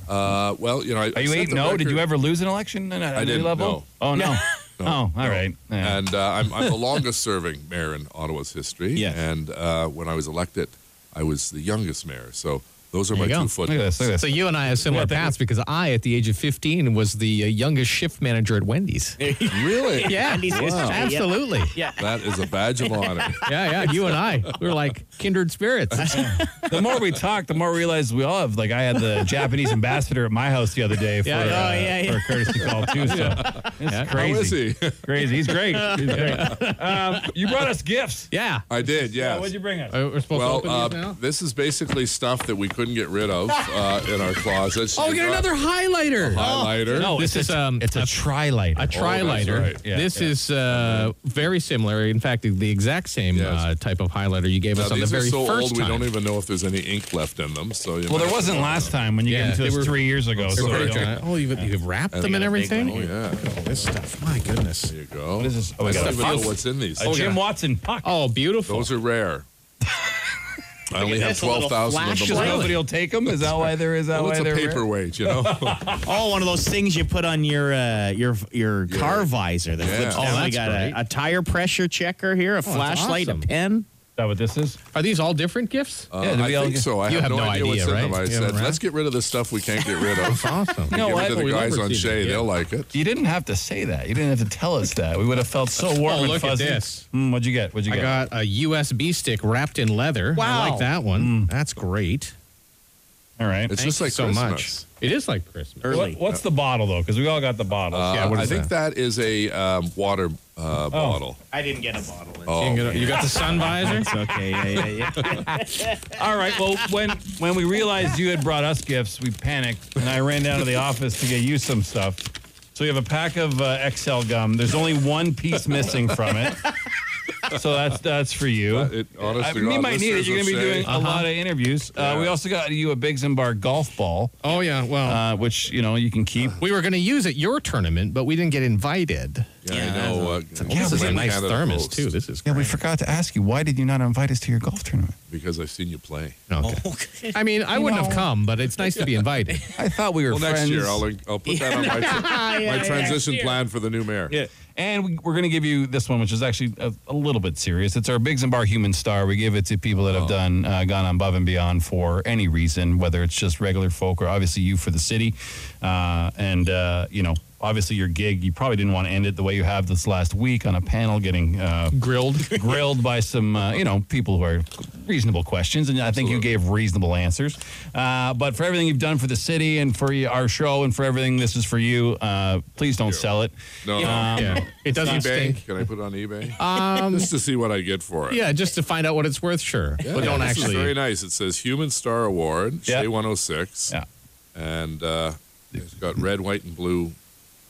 Speaker 13: Uh, well, you know, I,
Speaker 3: Are you
Speaker 13: set
Speaker 3: eight?
Speaker 13: the
Speaker 3: No. Did
Speaker 13: record-
Speaker 3: you ever lose an election at
Speaker 13: I
Speaker 3: any
Speaker 13: didn't,
Speaker 3: level?
Speaker 13: no.
Speaker 3: Oh no.
Speaker 13: No,
Speaker 3: oh, all
Speaker 13: no.
Speaker 3: right. Yeah.
Speaker 13: And uh, I'm, I'm the longest serving mayor in Ottawa's history. Yeah. And uh, when I was elected, I was the youngest mayor. So those are
Speaker 4: There
Speaker 13: my
Speaker 4: you go.
Speaker 13: two foot.
Speaker 4: So you and I have similar paths because I, at the age of 15, was the uh, youngest shift manager at Wendy's.
Speaker 13: really?
Speaker 4: Yeah, absolutely.
Speaker 5: Yeah.
Speaker 13: That is a badge of honor.
Speaker 4: Yeah, yeah. You and I, we were like kindred spirits.
Speaker 13: Uh,
Speaker 3: the more we talk, the more we realize we all have. Like, I had the Japanese ambassador at my house the other day for,
Speaker 4: Yeah,
Speaker 3: uh,
Speaker 4: oh, yeah, yeah.
Speaker 3: for a courtesy call too. So it's
Speaker 13: Yeah.
Speaker 3: crazy.
Speaker 13: How is he?
Speaker 3: Crazy. He's great. He's great. Um, you brought us gifts.
Speaker 4: Yeah.
Speaker 13: I did, yes.
Speaker 3: Yeah, what'd you bring us?
Speaker 4: we're supposed
Speaker 13: well,
Speaker 4: to open
Speaker 13: uh,
Speaker 4: these now?
Speaker 13: this is basically stuff that we couldn't get rid of uh, in our closets.
Speaker 4: Oh,
Speaker 13: You
Speaker 4: get
Speaker 13: got
Speaker 4: another highlighter.
Speaker 13: a
Speaker 3: Oh,
Speaker 13: highlighter. Oh,
Speaker 4: No, this is um, it's a, tri
Speaker 3: trilighter.
Speaker 4: A trilighter.
Speaker 13: right. Yeah,
Speaker 4: this is uh, very similar. In fact, the exact same uh, type of highlighter you gave us
Speaker 13: Now,
Speaker 4: on the
Speaker 13: these
Speaker 4: very
Speaker 13: are so
Speaker 4: first
Speaker 13: old,
Speaker 4: time.
Speaker 13: we don't even know if there's any ink left in them. So
Speaker 3: Well,
Speaker 13: you might
Speaker 3: there
Speaker 13: have to
Speaker 3: wasn't
Speaker 13: go-
Speaker 3: last time when you
Speaker 13: Yeah,
Speaker 3: gave them
Speaker 13: they
Speaker 3: to us
Speaker 13: were-
Speaker 3: three years ago. So
Speaker 13: Sorry.
Speaker 3: I don't-
Speaker 4: Oh, you've, you've wrapped them and everything.
Speaker 13: Oh yeah.
Speaker 4: Look at all this stuff. My goodness.
Speaker 13: There you go.
Speaker 3: What is this?
Speaker 13: I
Speaker 3: we got
Speaker 13: don't
Speaker 3: a
Speaker 13: even know
Speaker 3: puck.
Speaker 13: what's in these.
Speaker 3: Oh, Jim Watson puck.
Speaker 4: Oh, beautiful.
Speaker 13: Those are rare. I only have twelve thousand of them.
Speaker 3: Because nobody will take them. Is that why there is that why
Speaker 13: Well, it's a
Speaker 3: they're rare?
Speaker 13: paperweight, you know.
Speaker 5: oh, one of those things you put on your uh, your your car visor that
Speaker 13: Yeah.
Speaker 5: flips
Speaker 13: Oh,
Speaker 5: down. I
Speaker 13: that's
Speaker 5: got a,
Speaker 13: great. Oh,
Speaker 5: a tire pressure checker here, a
Speaker 4: that's
Speaker 5: flashlight,
Speaker 4: awesome.
Speaker 5: a pen.
Speaker 3: Is that what this is?
Speaker 4: Are these all different gifts?
Speaker 13: Uh, I think so. I
Speaker 4: you
Speaker 13: have, no, idea, what's
Speaker 4: right?
Speaker 13: in them. I
Speaker 4: You
Speaker 13: said,
Speaker 4: haven't read
Speaker 13: let's get rid of the stuff we can't get rid of.
Speaker 4: awesome.
Speaker 13: You
Speaker 3: No,
Speaker 13: give
Speaker 3: I
Speaker 13: it to the
Speaker 3: remember
Speaker 13: guys
Speaker 3: seeing
Speaker 13: on
Speaker 3: that,
Speaker 13: Shay.
Speaker 3: yeah.
Speaker 13: They'll like it.
Speaker 3: You didn't have to say that. You didn't have to tell us that. We would have felt so warm
Speaker 4: Oh,
Speaker 3: and
Speaker 4: look at
Speaker 3: fuzzy.
Speaker 4: this.
Speaker 3: Mm, what'd you get? What'd you
Speaker 4: I
Speaker 3: get?
Speaker 4: got a USB stick wrapped in leather. I
Speaker 3: Wow.
Speaker 4: like that one. That's great.
Speaker 3: Hmm. All right.
Speaker 13: It's
Speaker 4: Thank
Speaker 13: just
Speaker 4: you
Speaker 13: like
Speaker 4: so
Speaker 13: Christmas.
Speaker 4: much. It is like Christmas.
Speaker 3: What- what's the bottle though? Because we all got the bottle.
Speaker 13: Uh,
Speaker 4: what
Speaker 13: I
Speaker 4: is
Speaker 13: think that is a um, water uh, bottle.
Speaker 5: I didn't get a bottle.
Speaker 13: Oh,
Speaker 4: You got- you got the sun visor?
Speaker 5: It's okay. Yeah, yeah, yeah.
Speaker 3: All right. Well, when when we realized you had brought us gifts, we panicked, and I ran down to the office to get you some stuff. So we have a pack of uh, XL gum. There's only one piece missing from it. So that's that's for you.
Speaker 13: it, honestly,
Speaker 3: I mean, you
Speaker 13: God,
Speaker 3: might need it.
Speaker 13: listeners
Speaker 3: You're going to be
Speaker 13: will
Speaker 3: doing
Speaker 13: say-
Speaker 3: a lot of interviews. Uh, we
Speaker 13: Yeah.
Speaker 3: also got you a Biggs and Bar golf ball,
Speaker 4: Oh, yeah. Well,
Speaker 3: uh, which you know you can keep.
Speaker 4: we were going to use at your tournament, but we didn't get invited.
Speaker 13: Yeah, I know. Uh,
Speaker 4: Yeah, this is a nice thermos, too. This is
Speaker 3: Yeah,
Speaker 4: great.
Speaker 3: we forgot to ask you why did you not invite us to your golf tournament?
Speaker 13: Because I've seen you play.
Speaker 4: Okay. I mean, I
Speaker 3: You
Speaker 4: wouldn't
Speaker 3: know.
Speaker 4: have come, but it's nice to be invited.
Speaker 3: I thought we were
Speaker 13: Well,
Speaker 3: friends.
Speaker 13: next year I'll I'll put that on my, tra- my transition plan for the new mayor.
Speaker 3: Yeah. And we, we're going to give you this one, which is actually a, a little bit serious. It's our Biggs and Bar Human Star. We give it to people that have done uh, gone above and beyond for any reason, whether it's just regular folk or obviously you for the city, uh, and uh, you know. Obviously, your gig, you probably didn't want to end it the way you have this last week on a panel getting uh,
Speaker 4: Grilled.
Speaker 3: grilled by some, uh, you know, people who are reasonable questions, and I think you gave reasonable answers. Uh, but for everything you've done for the city and for y- our show and for everything, this is for you. Uh, please don't sell it.
Speaker 13: No, no.
Speaker 4: yeah. Um, It doesn't
Speaker 13: eBay.
Speaker 4: stink.
Speaker 13: Can I put it on eBay?
Speaker 4: Um,
Speaker 13: just to see what I get for it.
Speaker 4: yeah, just to find out what it's worth, sure. but don't
Speaker 13: this
Speaker 4: actually.
Speaker 13: Is very nice. It says Human Star Award,
Speaker 3: Yeah.
Speaker 13: Shay 106.
Speaker 3: Yeah.
Speaker 13: And uh, it's got red, white, and blue.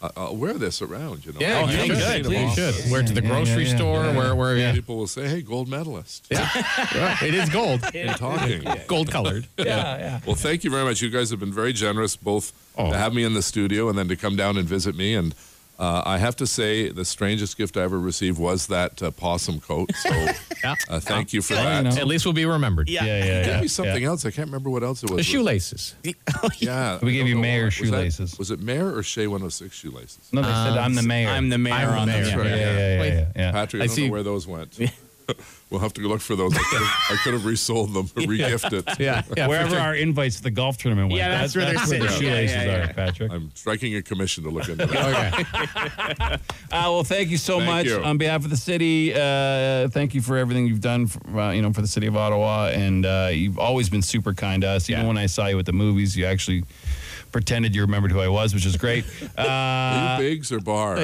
Speaker 13: I- I'll wear this around, you know.
Speaker 4: Yeah,
Speaker 13: I
Speaker 4: Oh, you
Speaker 13: haven't
Speaker 4: should.
Speaker 13: seen them
Speaker 4: You
Speaker 13: all.
Speaker 4: should. Wear it to the
Speaker 3: Yeah, yeah,
Speaker 4: grocery
Speaker 3: yeah,
Speaker 4: store,
Speaker 3: yeah.
Speaker 4: where, where, yeah.
Speaker 13: People will say, hey, gold medalist.
Speaker 4: Right, It is gold.
Speaker 13: In talking.
Speaker 4: Gold colored.
Speaker 3: Yeah, yeah.
Speaker 13: Well, thank you very much. You guys have been very generous, both
Speaker 4: Oh.
Speaker 13: to have me in the studio and then to come down and visit me. And uh, I have to say, the strangest gift I ever received was that uh, possum coat. So
Speaker 4: Yeah.
Speaker 13: uh, thank you for
Speaker 3: Well,
Speaker 13: that.
Speaker 3: you know.
Speaker 4: At least we'll be remembered.
Speaker 5: Yeah.
Speaker 3: Yeah, yeah,
Speaker 13: Give
Speaker 3: yeah.
Speaker 13: me something else. I can't remember what else it was.
Speaker 4: The shoelaces.
Speaker 13: Yeah.
Speaker 3: We
Speaker 13: I
Speaker 3: gave
Speaker 13: don't
Speaker 3: you
Speaker 13: know
Speaker 3: mayor
Speaker 13: why. Was that-
Speaker 3: shoelaces.
Speaker 13: Was it mayor or Shea 106 shoelaces?
Speaker 3: No, they said I'm the mayor.
Speaker 5: I'm the mayor
Speaker 4: I'm the
Speaker 5: on
Speaker 4: mayor.
Speaker 5: this.
Speaker 3: Yeah,
Speaker 13: right.
Speaker 3: yeah, yeah, yeah, yeah, yeah.
Speaker 13: Patrick, I,
Speaker 4: I
Speaker 13: don't
Speaker 4: see-
Speaker 13: know where those went. we'll have to go look for those. I could have, I could have resold them, or regifted.
Speaker 4: Yeah. yeah for
Speaker 3: Wherever
Speaker 4: sure.
Speaker 3: our invites to the golf tournament went,
Speaker 5: Yeah, that's where they're
Speaker 3: the
Speaker 5: sitting. Yeah,
Speaker 3: shoelaces
Speaker 5: yeah, yeah.
Speaker 3: are, Patrick.
Speaker 13: I'm striking a commission to look into that.
Speaker 4: Okay.
Speaker 3: Uh, well, thank you so
Speaker 13: Thank
Speaker 3: much
Speaker 13: you.
Speaker 3: on behalf of the city. Uh, thank you for everything you've done, for, uh, you know, for the city of Ottawa, and uh, you've always been super kind to us. Even
Speaker 4: Yeah.
Speaker 3: when I saw you at the movies, you actually pretended you remembered who I was, which is great.
Speaker 13: Are you Biggs or Bar?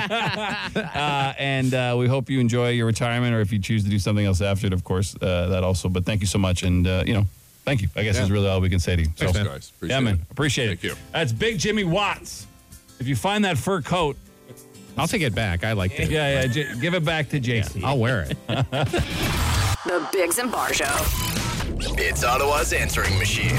Speaker 3: Uh, and uh, we hope you enjoy your retirement, or if you choose to do something else after it, of course, uh, that also. But thank you so much, and uh, you know, thank you. I guess
Speaker 13: Yeah.
Speaker 3: is really all we can say to you.
Speaker 13: Thanks, guys. Appreciate
Speaker 3: yeah, man,
Speaker 13: it.
Speaker 3: appreciate it.
Speaker 13: Thank you.
Speaker 3: That's Big Jimmy Watts. If you find that fur coat,
Speaker 4: I'll take it back. I like it.
Speaker 3: yeah, yeah, j- give it back to Jason.
Speaker 4: I'll wear it.
Speaker 1: The Bigs and Bar Show.
Speaker 2: It's Ottawa's answering machine.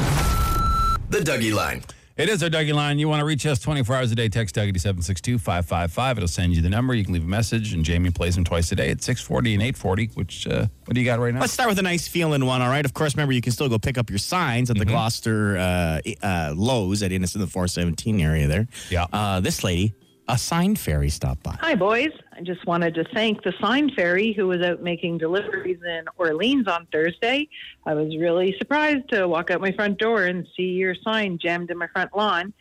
Speaker 2: The Dougie Line.
Speaker 3: It is our Dougie line. You want to reach us 24 hours a day, text Dougie to 762-555. It'll send you the number. You can leave a message, and Jamie plays them twice a day at 640 and 840, which, uh, what do you got right now?
Speaker 5: Let's start with a nice feeling one, all right? Of course, remember, you can still go pick up your signs at the Gloucester uh, uh, Lowe's at Innocent the 417 area there.
Speaker 3: Yeah.
Speaker 5: Uh, this lady, a sign fairy, stopped by.
Speaker 14: Hi, boys. I just wanted to thank the sign fairy who was out making deliveries in Orleans on Thursday. I was really surprised to walk out my front door and see your sign jammed in my front lawn.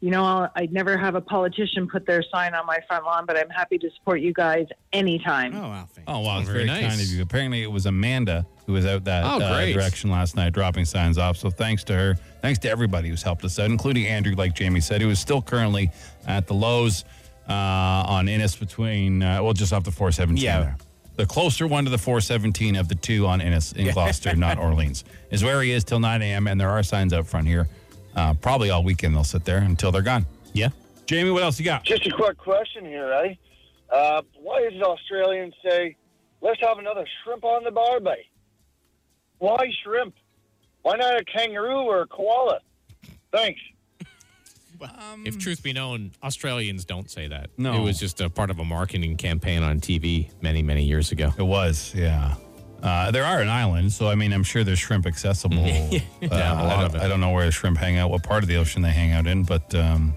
Speaker 14: You know, I'll- I'd never have a politician put their sign on my front lawn, but I'm happy to support you guys anytime.
Speaker 5: wow. Thanks.
Speaker 3: Oh, wow. It's
Speaker 4: Very
Speaker 3: very,
Speaker 4: nice.
Speaker 3: kind of you. Apparently, it was Amanda who was out that
Speaker 4: Oh,
Speaker 3: uh,
Speaker 4: great.
Speaker 3: direction last night dropping signs off. So thanks to her. Thanks to everybody who's helped us out, including Andrew, like Jamie said, who is still currently at the Lowe's uh, on Innis between, uh, well, just off the 417
Speaker 5: Yeah.
Speaker 3: there. The closer one to the 417 of the two on Innis in Gloucester, not Orleans, is where he is till 9 a.m. And there are signs out front here. Uh, probably all weekend they'll sit there until they're gone.
Speaker 5: Yeah.
Speaker 3: Jamie, what else you got?
Speaker 15: Just a quick question here, eh? Uh, why is it Australians say, let's have another shrimp on the barbie? Why shrimp? Why not a kangaroo or a koala? Thanks.
Speaker 4: If truth be known, Australians don't say that.
Speaker 3: No.
Speaker 4: It was just a part of a marketing campaign on TV many, many years ago.
Speaker 3: It was, yeah. Uh, there are an island, so I mean, I'm sure there's shrimp accessible. uh, yeah,
Speaker 4: a lot
Speaker 3: I,
Speaker 4: of
Speaker 3: don't,
Speaker 4: it.
Speaker 3: I don't know where shrimp hang out, what part of the ocean they hang out in, but um,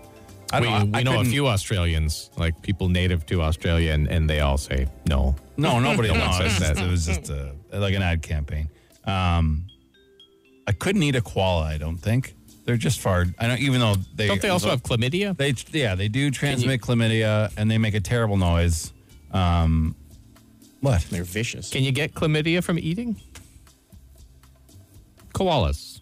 Speaker 3: I
Speaker 4: we
Speaker 3: don't,
Speaker 4: we
Speaker 3: I, I
Speaker 4: know a
Speaker 3: couldn't-
Speaker 4: few Australians, like people native to Australia, and, and they all say no.
Speaker 3: No, nobody
Speaker 4: No
Speaker 3: no,
Speaker 4: one
Speaker 3: it, was
Speaker 4: says
Speaker 3: just,
Speaker 4: that.
Speaker 3: it was just uh like an ad campaign. Um, I couldn't eat a koala. I don't think they're just far. I don't even though they
Speaker 4: Don't they also have
Speaker 3: chlamydia. They yeah they do transmit chlamydia and they make a terrible noise. Um, what
Speaker 5: they're vicious.
Speaker 4: Can you get chlamydia from eating koalas?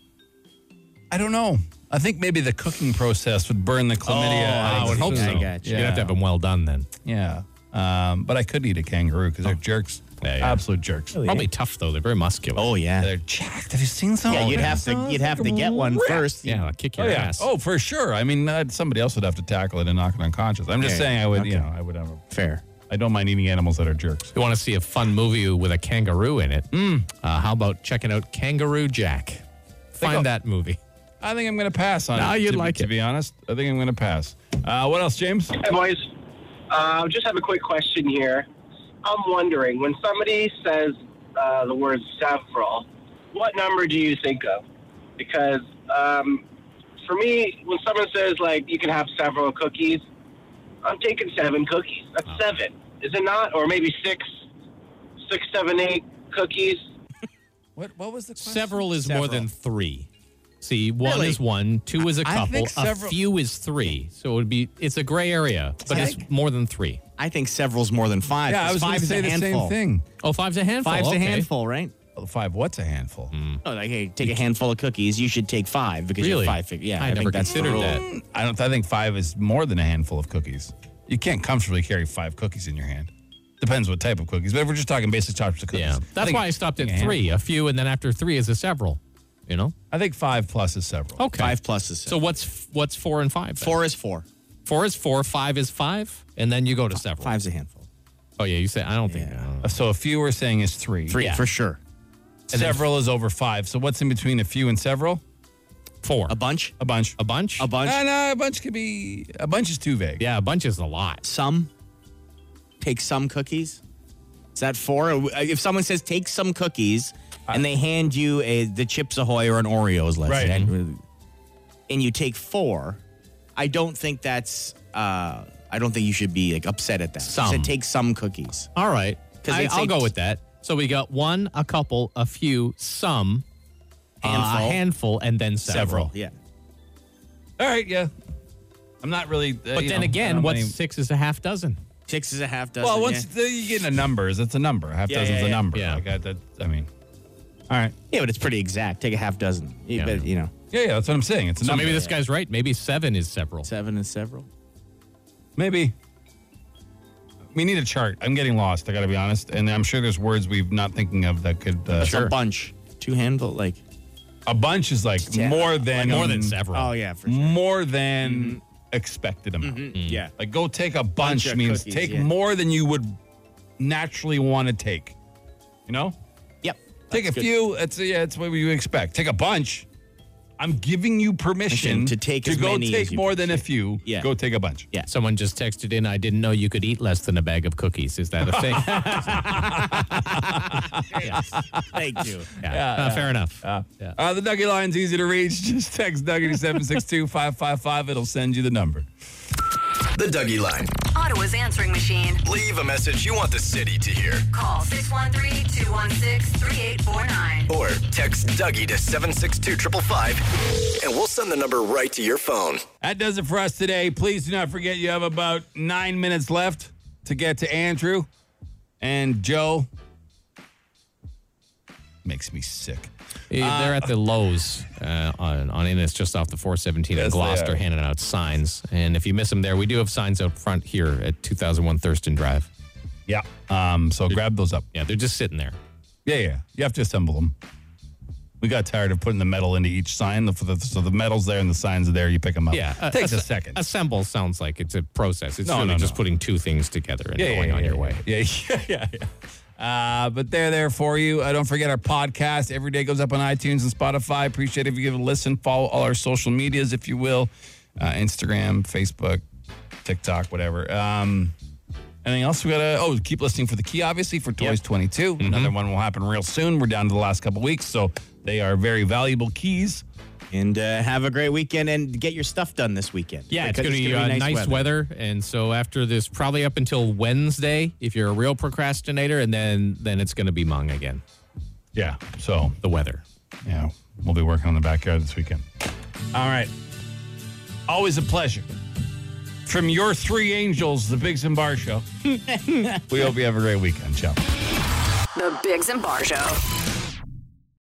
Speaker 3: I don't know. I think maybe the cooking process would burn the chlamydia. out.
Speaker 4: Oh, I would hope so. You'd have to have them well done then.
Speaker 3: Yeah. Um, but I could eat a kangaroo because they're jerks. Absolute jerks.
Speaker 4: Oh, yeah. Probably tough though. They're very muscular.
Speaker 5: Oh yeah.
Speaker 3: They're jacked. Have you seen some?
Speaker 5: Yeah,
Speaker 3: Oh,
Speaker 5: you'd
Speaker 3: they're
Speaker 5: have to-
Speaker 3: so
Speaker 5: you'd have to get one
Speaker 3: ripped.
Speaker 5: first. Yeah,
Speaker 4: like kick your
Speaker 3: oh, yeah.
Speaker 4: ass.
Speaker 3: Oh, for sure. I mean, uh, somebody else would have to tackle it and knock it unconscious. I'm just
Speaker 4: Yeah,
Speaker 3: saying, I would. You
Speaker 4: okay.
Speaker 3: know, I would have a
Speaker 5: fair.
Speaker 3: I don't mind eating animals that are jerks.
Speaker 4: You want to see a fun movie with a kangaroo in it? Uh, how about checking out Kangaroo Jack? Find that movie.
Speaker 3: I think I'm going to pass on.
Speaker 4: Nah,
Speaker 3: it,
Speaker 4: you'd
Speaker 3: to,
Speaker 4: like
Speaker 3: to be honest. I think I'm going to pass. Uh, what else, James?
Speaker 16: Hey, boys. Uh, just have a quick question here. I'm wondering when somebody says uh, the word several, what number do you think of? Because um, for me, when someone says, like, you can have several cookies, I'm taking seven cookies. That's seven, is it not? Or maybe six, six, seven, eight cookies.
Speaker 3: What, what was the question?
Speaker 4: Several is more than three. See, one
Speaker 3: Really?
Speaker 4: is one, two is a
Speaker 3: I- I
Speaker 4: couple,
Speaker 3: think
Speaker 4: a
Speaker 3: several-
Speaker 4: few is three. So it would be it's a gray area, but
Speaker 5: I
Speaker 4: it's more than three.
Speaker 5: I think several's more than five.
Speaker 4: Yeah, I
Speaker 5: 'cause
Speaker 4: was gonna
Speaker 5: five is
Speaker 4: say
Speaker 5: a
Speaker 4: the same
Speaker 5: handful.
Speaker 4: thing. Oh, five's a handful.
Speaker 5: Five's
Speaker 4: okay.
Speaker 5: a handful, right?
Speaker 3: Oh, Five. What's a handful?
Speaker 5: Oh, like hey, take a handful of cookies. You should take five because you
Speaker 3: Really?
Speaker 5: have five. fig- Yeah,
Speaker 3: I
Speaker 5: I,
Speaker 3: never
Speaker 5: think that's the
Speaker 3: considered
Speaker 5: rule.
Speaker 3: that. I don't. I think five is more than a handful of cookies. You can't comfortably carry five cookies in your hand. Depends what type of cookies. But if we're just talking basic types of cookies,
Speaker 4: Yeah. That's why I stopped at
Speaker 3: Yeah.
Speaker 4: three, a few, and then after three is a several. You know?
Speaker 3: I think five plus is several.
Speaker 4: Okay.
Speaker 5: Five plus is
Speaker 4: So what's what's four and five? then?
Speaker 5: Four is four.
Speaker 4: Four is four, five is five, and then you go to several.
Speaker 5: Five's a handful.
Speaker 4: Oh yeah, you say I don't think
Speaker 3: uh, So a few we're saying is three.
Speaker 4: Three, for
Speaker 5: sure.
Speaker 3: And several is over five. So what's in between a few and several?
Speaker 4: Four.
Speaker 5: A bunch.
Speaker 3: A bunch.
Speaker 4: A bunch.
Speaker 5: A bunch.
Speaker 3: No, no, Uh, a bunch could be. A bunch is too vague.
Speaker 4: Yeah, a bunch is a lot.
Speaker 5: Some. Take some cookies. Is that four? Uh, If someone says take some cookies and they hand you a the Chips Ahoy or an Oreos, let's
Speaker 3: Right. Mm-hmm.
Speaker 5: say, and you take four, I don't think that's. Uh, I don't think you should be like upset at that.
Speaker 4: Some.
Speaker 5: Said take some cookies.
Speaker 4: All right.
Speaker 5: 'Cause
Speaker 4: I-
Speaker 5: they'd say
Speaker 4: I'll go
Speaker 5: t-
Speaker 4: with that. So we got one, a couple, a few, some, uh,
Speaker 5: Handful.
Speaker 4: a handful, and then several.
Speaker 5: Yeah.
Speaker 3: All right. Yeah. I'm not really. uh,
Speaker 4: But
Speaker 3: you
Speaker 4: then
Speaker 3: know, I
Speaker 4: again,
Speaker 3: don't
Speaker 4: what's
Speaker 3: really-
Speaker 4: six is a half dozen.
Speaker 5: Six is a half
Speaker 3: well, once the, you get into numbers, it's a number. A half
Speaker 5: Yeah,
Speaker 3: dozen's
Speaker 5: yeah,
Speaker 3: a
Speaker 5: yeah.
Speaker 3: number. Yeah. Like I, that, I mean. All right.
Speaker 5: Yeah, but it's pretty exact. Take a half dozen. Yeah, but, you know.
Speaker 3: Yeah, yeah, that's what I'm saying. It's a
Speaker 4: So
Speaker 3: number.
Speaker 4: maybe this guy's right. Maybe seven is several.
Speaker 5: Seven is several.
Speaker 3: Maybe. We need a chart. I'm getting lost. I got to be honest, and I'm sure there's words we've not thinking of that could. Uh,
Speaker 5: That's a bunch. Two handful, like.
Speaker 3: A bunch is like
Speaker 5: Yeah,
Speaker 3: more than
Speaker 5: like more than
Speaker 3: um,
Speaker 5: several. Oh, yeah, for sure.
Speaker 3: More than
Speaker 5: Mm-hmm.
Speaker 3: expected amount.
Speaker 5: Yeah.
Speaker 3: Like go take a bunch,
Speaker 5: of
Speaker 3: means
Speaker 5: cookies,
Speaker 3: take
Speaker 5: yeah.
Speaker 3: more than you would naturally want to take. You know?
Speaker 5: Yep.
Speaker 3: Take a
Speaker 5: That's good.
Speaker 3: few. That's yeah. That's what you expect. Take a bunch. I'm giving you permission
Speaker 5: to take
Speaker 3: to
Speaker 5: as
Speaker 3: go
Speaker 5: many
Speaker 3: take
Speaker 5: as you
Speaker 3: more than a few.
Speaker 5: Yeah.
Speaker 3: Go take a bunch.
Speaker 5: Yeah.
Speaker 4: Someone just texted in, I didn't know you could eat less than a bag of cookies. Is that a thing?
Speaker 5: Thank you.
Speaker 3: Yeah,
Speaker 4: Yeah. Uh,
Speaker 3: yeah.
Speaker 4: Fair enough. Yeah.
Speaker 3: Uh, the Dougie line's easy to reach. Just text Dougie to 762 555. It'll send you the number.
Speaker 2: The Dougie Line.
Speaker 1: Ottawa's answering machine.
Speaker 2: Leave a message you want the city to hear.
Speaker 1: Call 613-216-3849.
Speaker 2: Or text Dougie to 762 555 and we'll send the number right to your phone.
Speaker 3: That does it for us today. Please do not forget you have about nine minutes left to get to Andrew and Joe. Makes me sick.
Speaker 4: Eh,
Speaker 3: Uh,
Speaker 4: They're at the Lowe's uh, on, on Innis, just off the 417 in
Speaker 3: Yes, they
Speaker 4: Gloucester,
Speaker 3: are.
Speaker 4: handing out signs. And if you miss them there, we do have signs out front here at 2001 Thurston Drive.
Speaker 3: Yeah. Um. So grab those up.
Speaker 4: Yeah, they're just sitting there.
Speaker 3: Yeah, yeah. You have to assemble them. We got tired of putting the metal into each sign. So the- So the metal's there and the signs are there. You pick them up.
Speaker 4: Yeah, uh,
Speaker 3: Takes a
Speaker 4: ass-
Speaker 3: second.
Speaker 4: Assemble sounds like it's a process. It's
Speaker 3: No,
Speaker 4: really
Speaker 3: no,
Speaker 4: just
Speaker 3: no.
Speaker 4: putting two things together and
Speaker 3: Yeah, yeah,
Speaker 4: going on
Speaker 3: yeah,
Speaker 4: your way.
Speaker 3: Yeah, yeah, yeah. yeah. Uh, but they're there for you. Uh, don't forget our podcast. Every day goes up on iTunes and Spotify. Appreciate it if you give it a listen. Follow all our social medias, if you will uh, Instagram, Facebook, TikTok, whatever. Um, Anything else we gotta? Oh, keep listening for the key, obviously, for Toys 22.
Speaker 4: Mm-hmm.
Speaker 3: Another one will happen real soon. We're down to the last couple weeks, so they are very valuable keys.
Speaker 5: And uh, have a great weekend and get your stuff done this weekend.
Speaker 4: Yeah, it's
Speaker 5: Because
Speaker 4: going to be,
Speaker 5: gonna
Speaker 4: uh, nice, weather. and so after this, probably up until Wednesday, if you're a real procrastinator, and then then it's going to be mung again.
Speaker 3: Yeah. So
Speaker 4: the weather.
Speaker 3: Yeah, we'll be working on the backyard this weekend. All right. Always a pleasure. From your three angels, the Big Bar Show. we hope you have a great weekend. Ciao.
Speaker 1: The Biggs and Bar Show.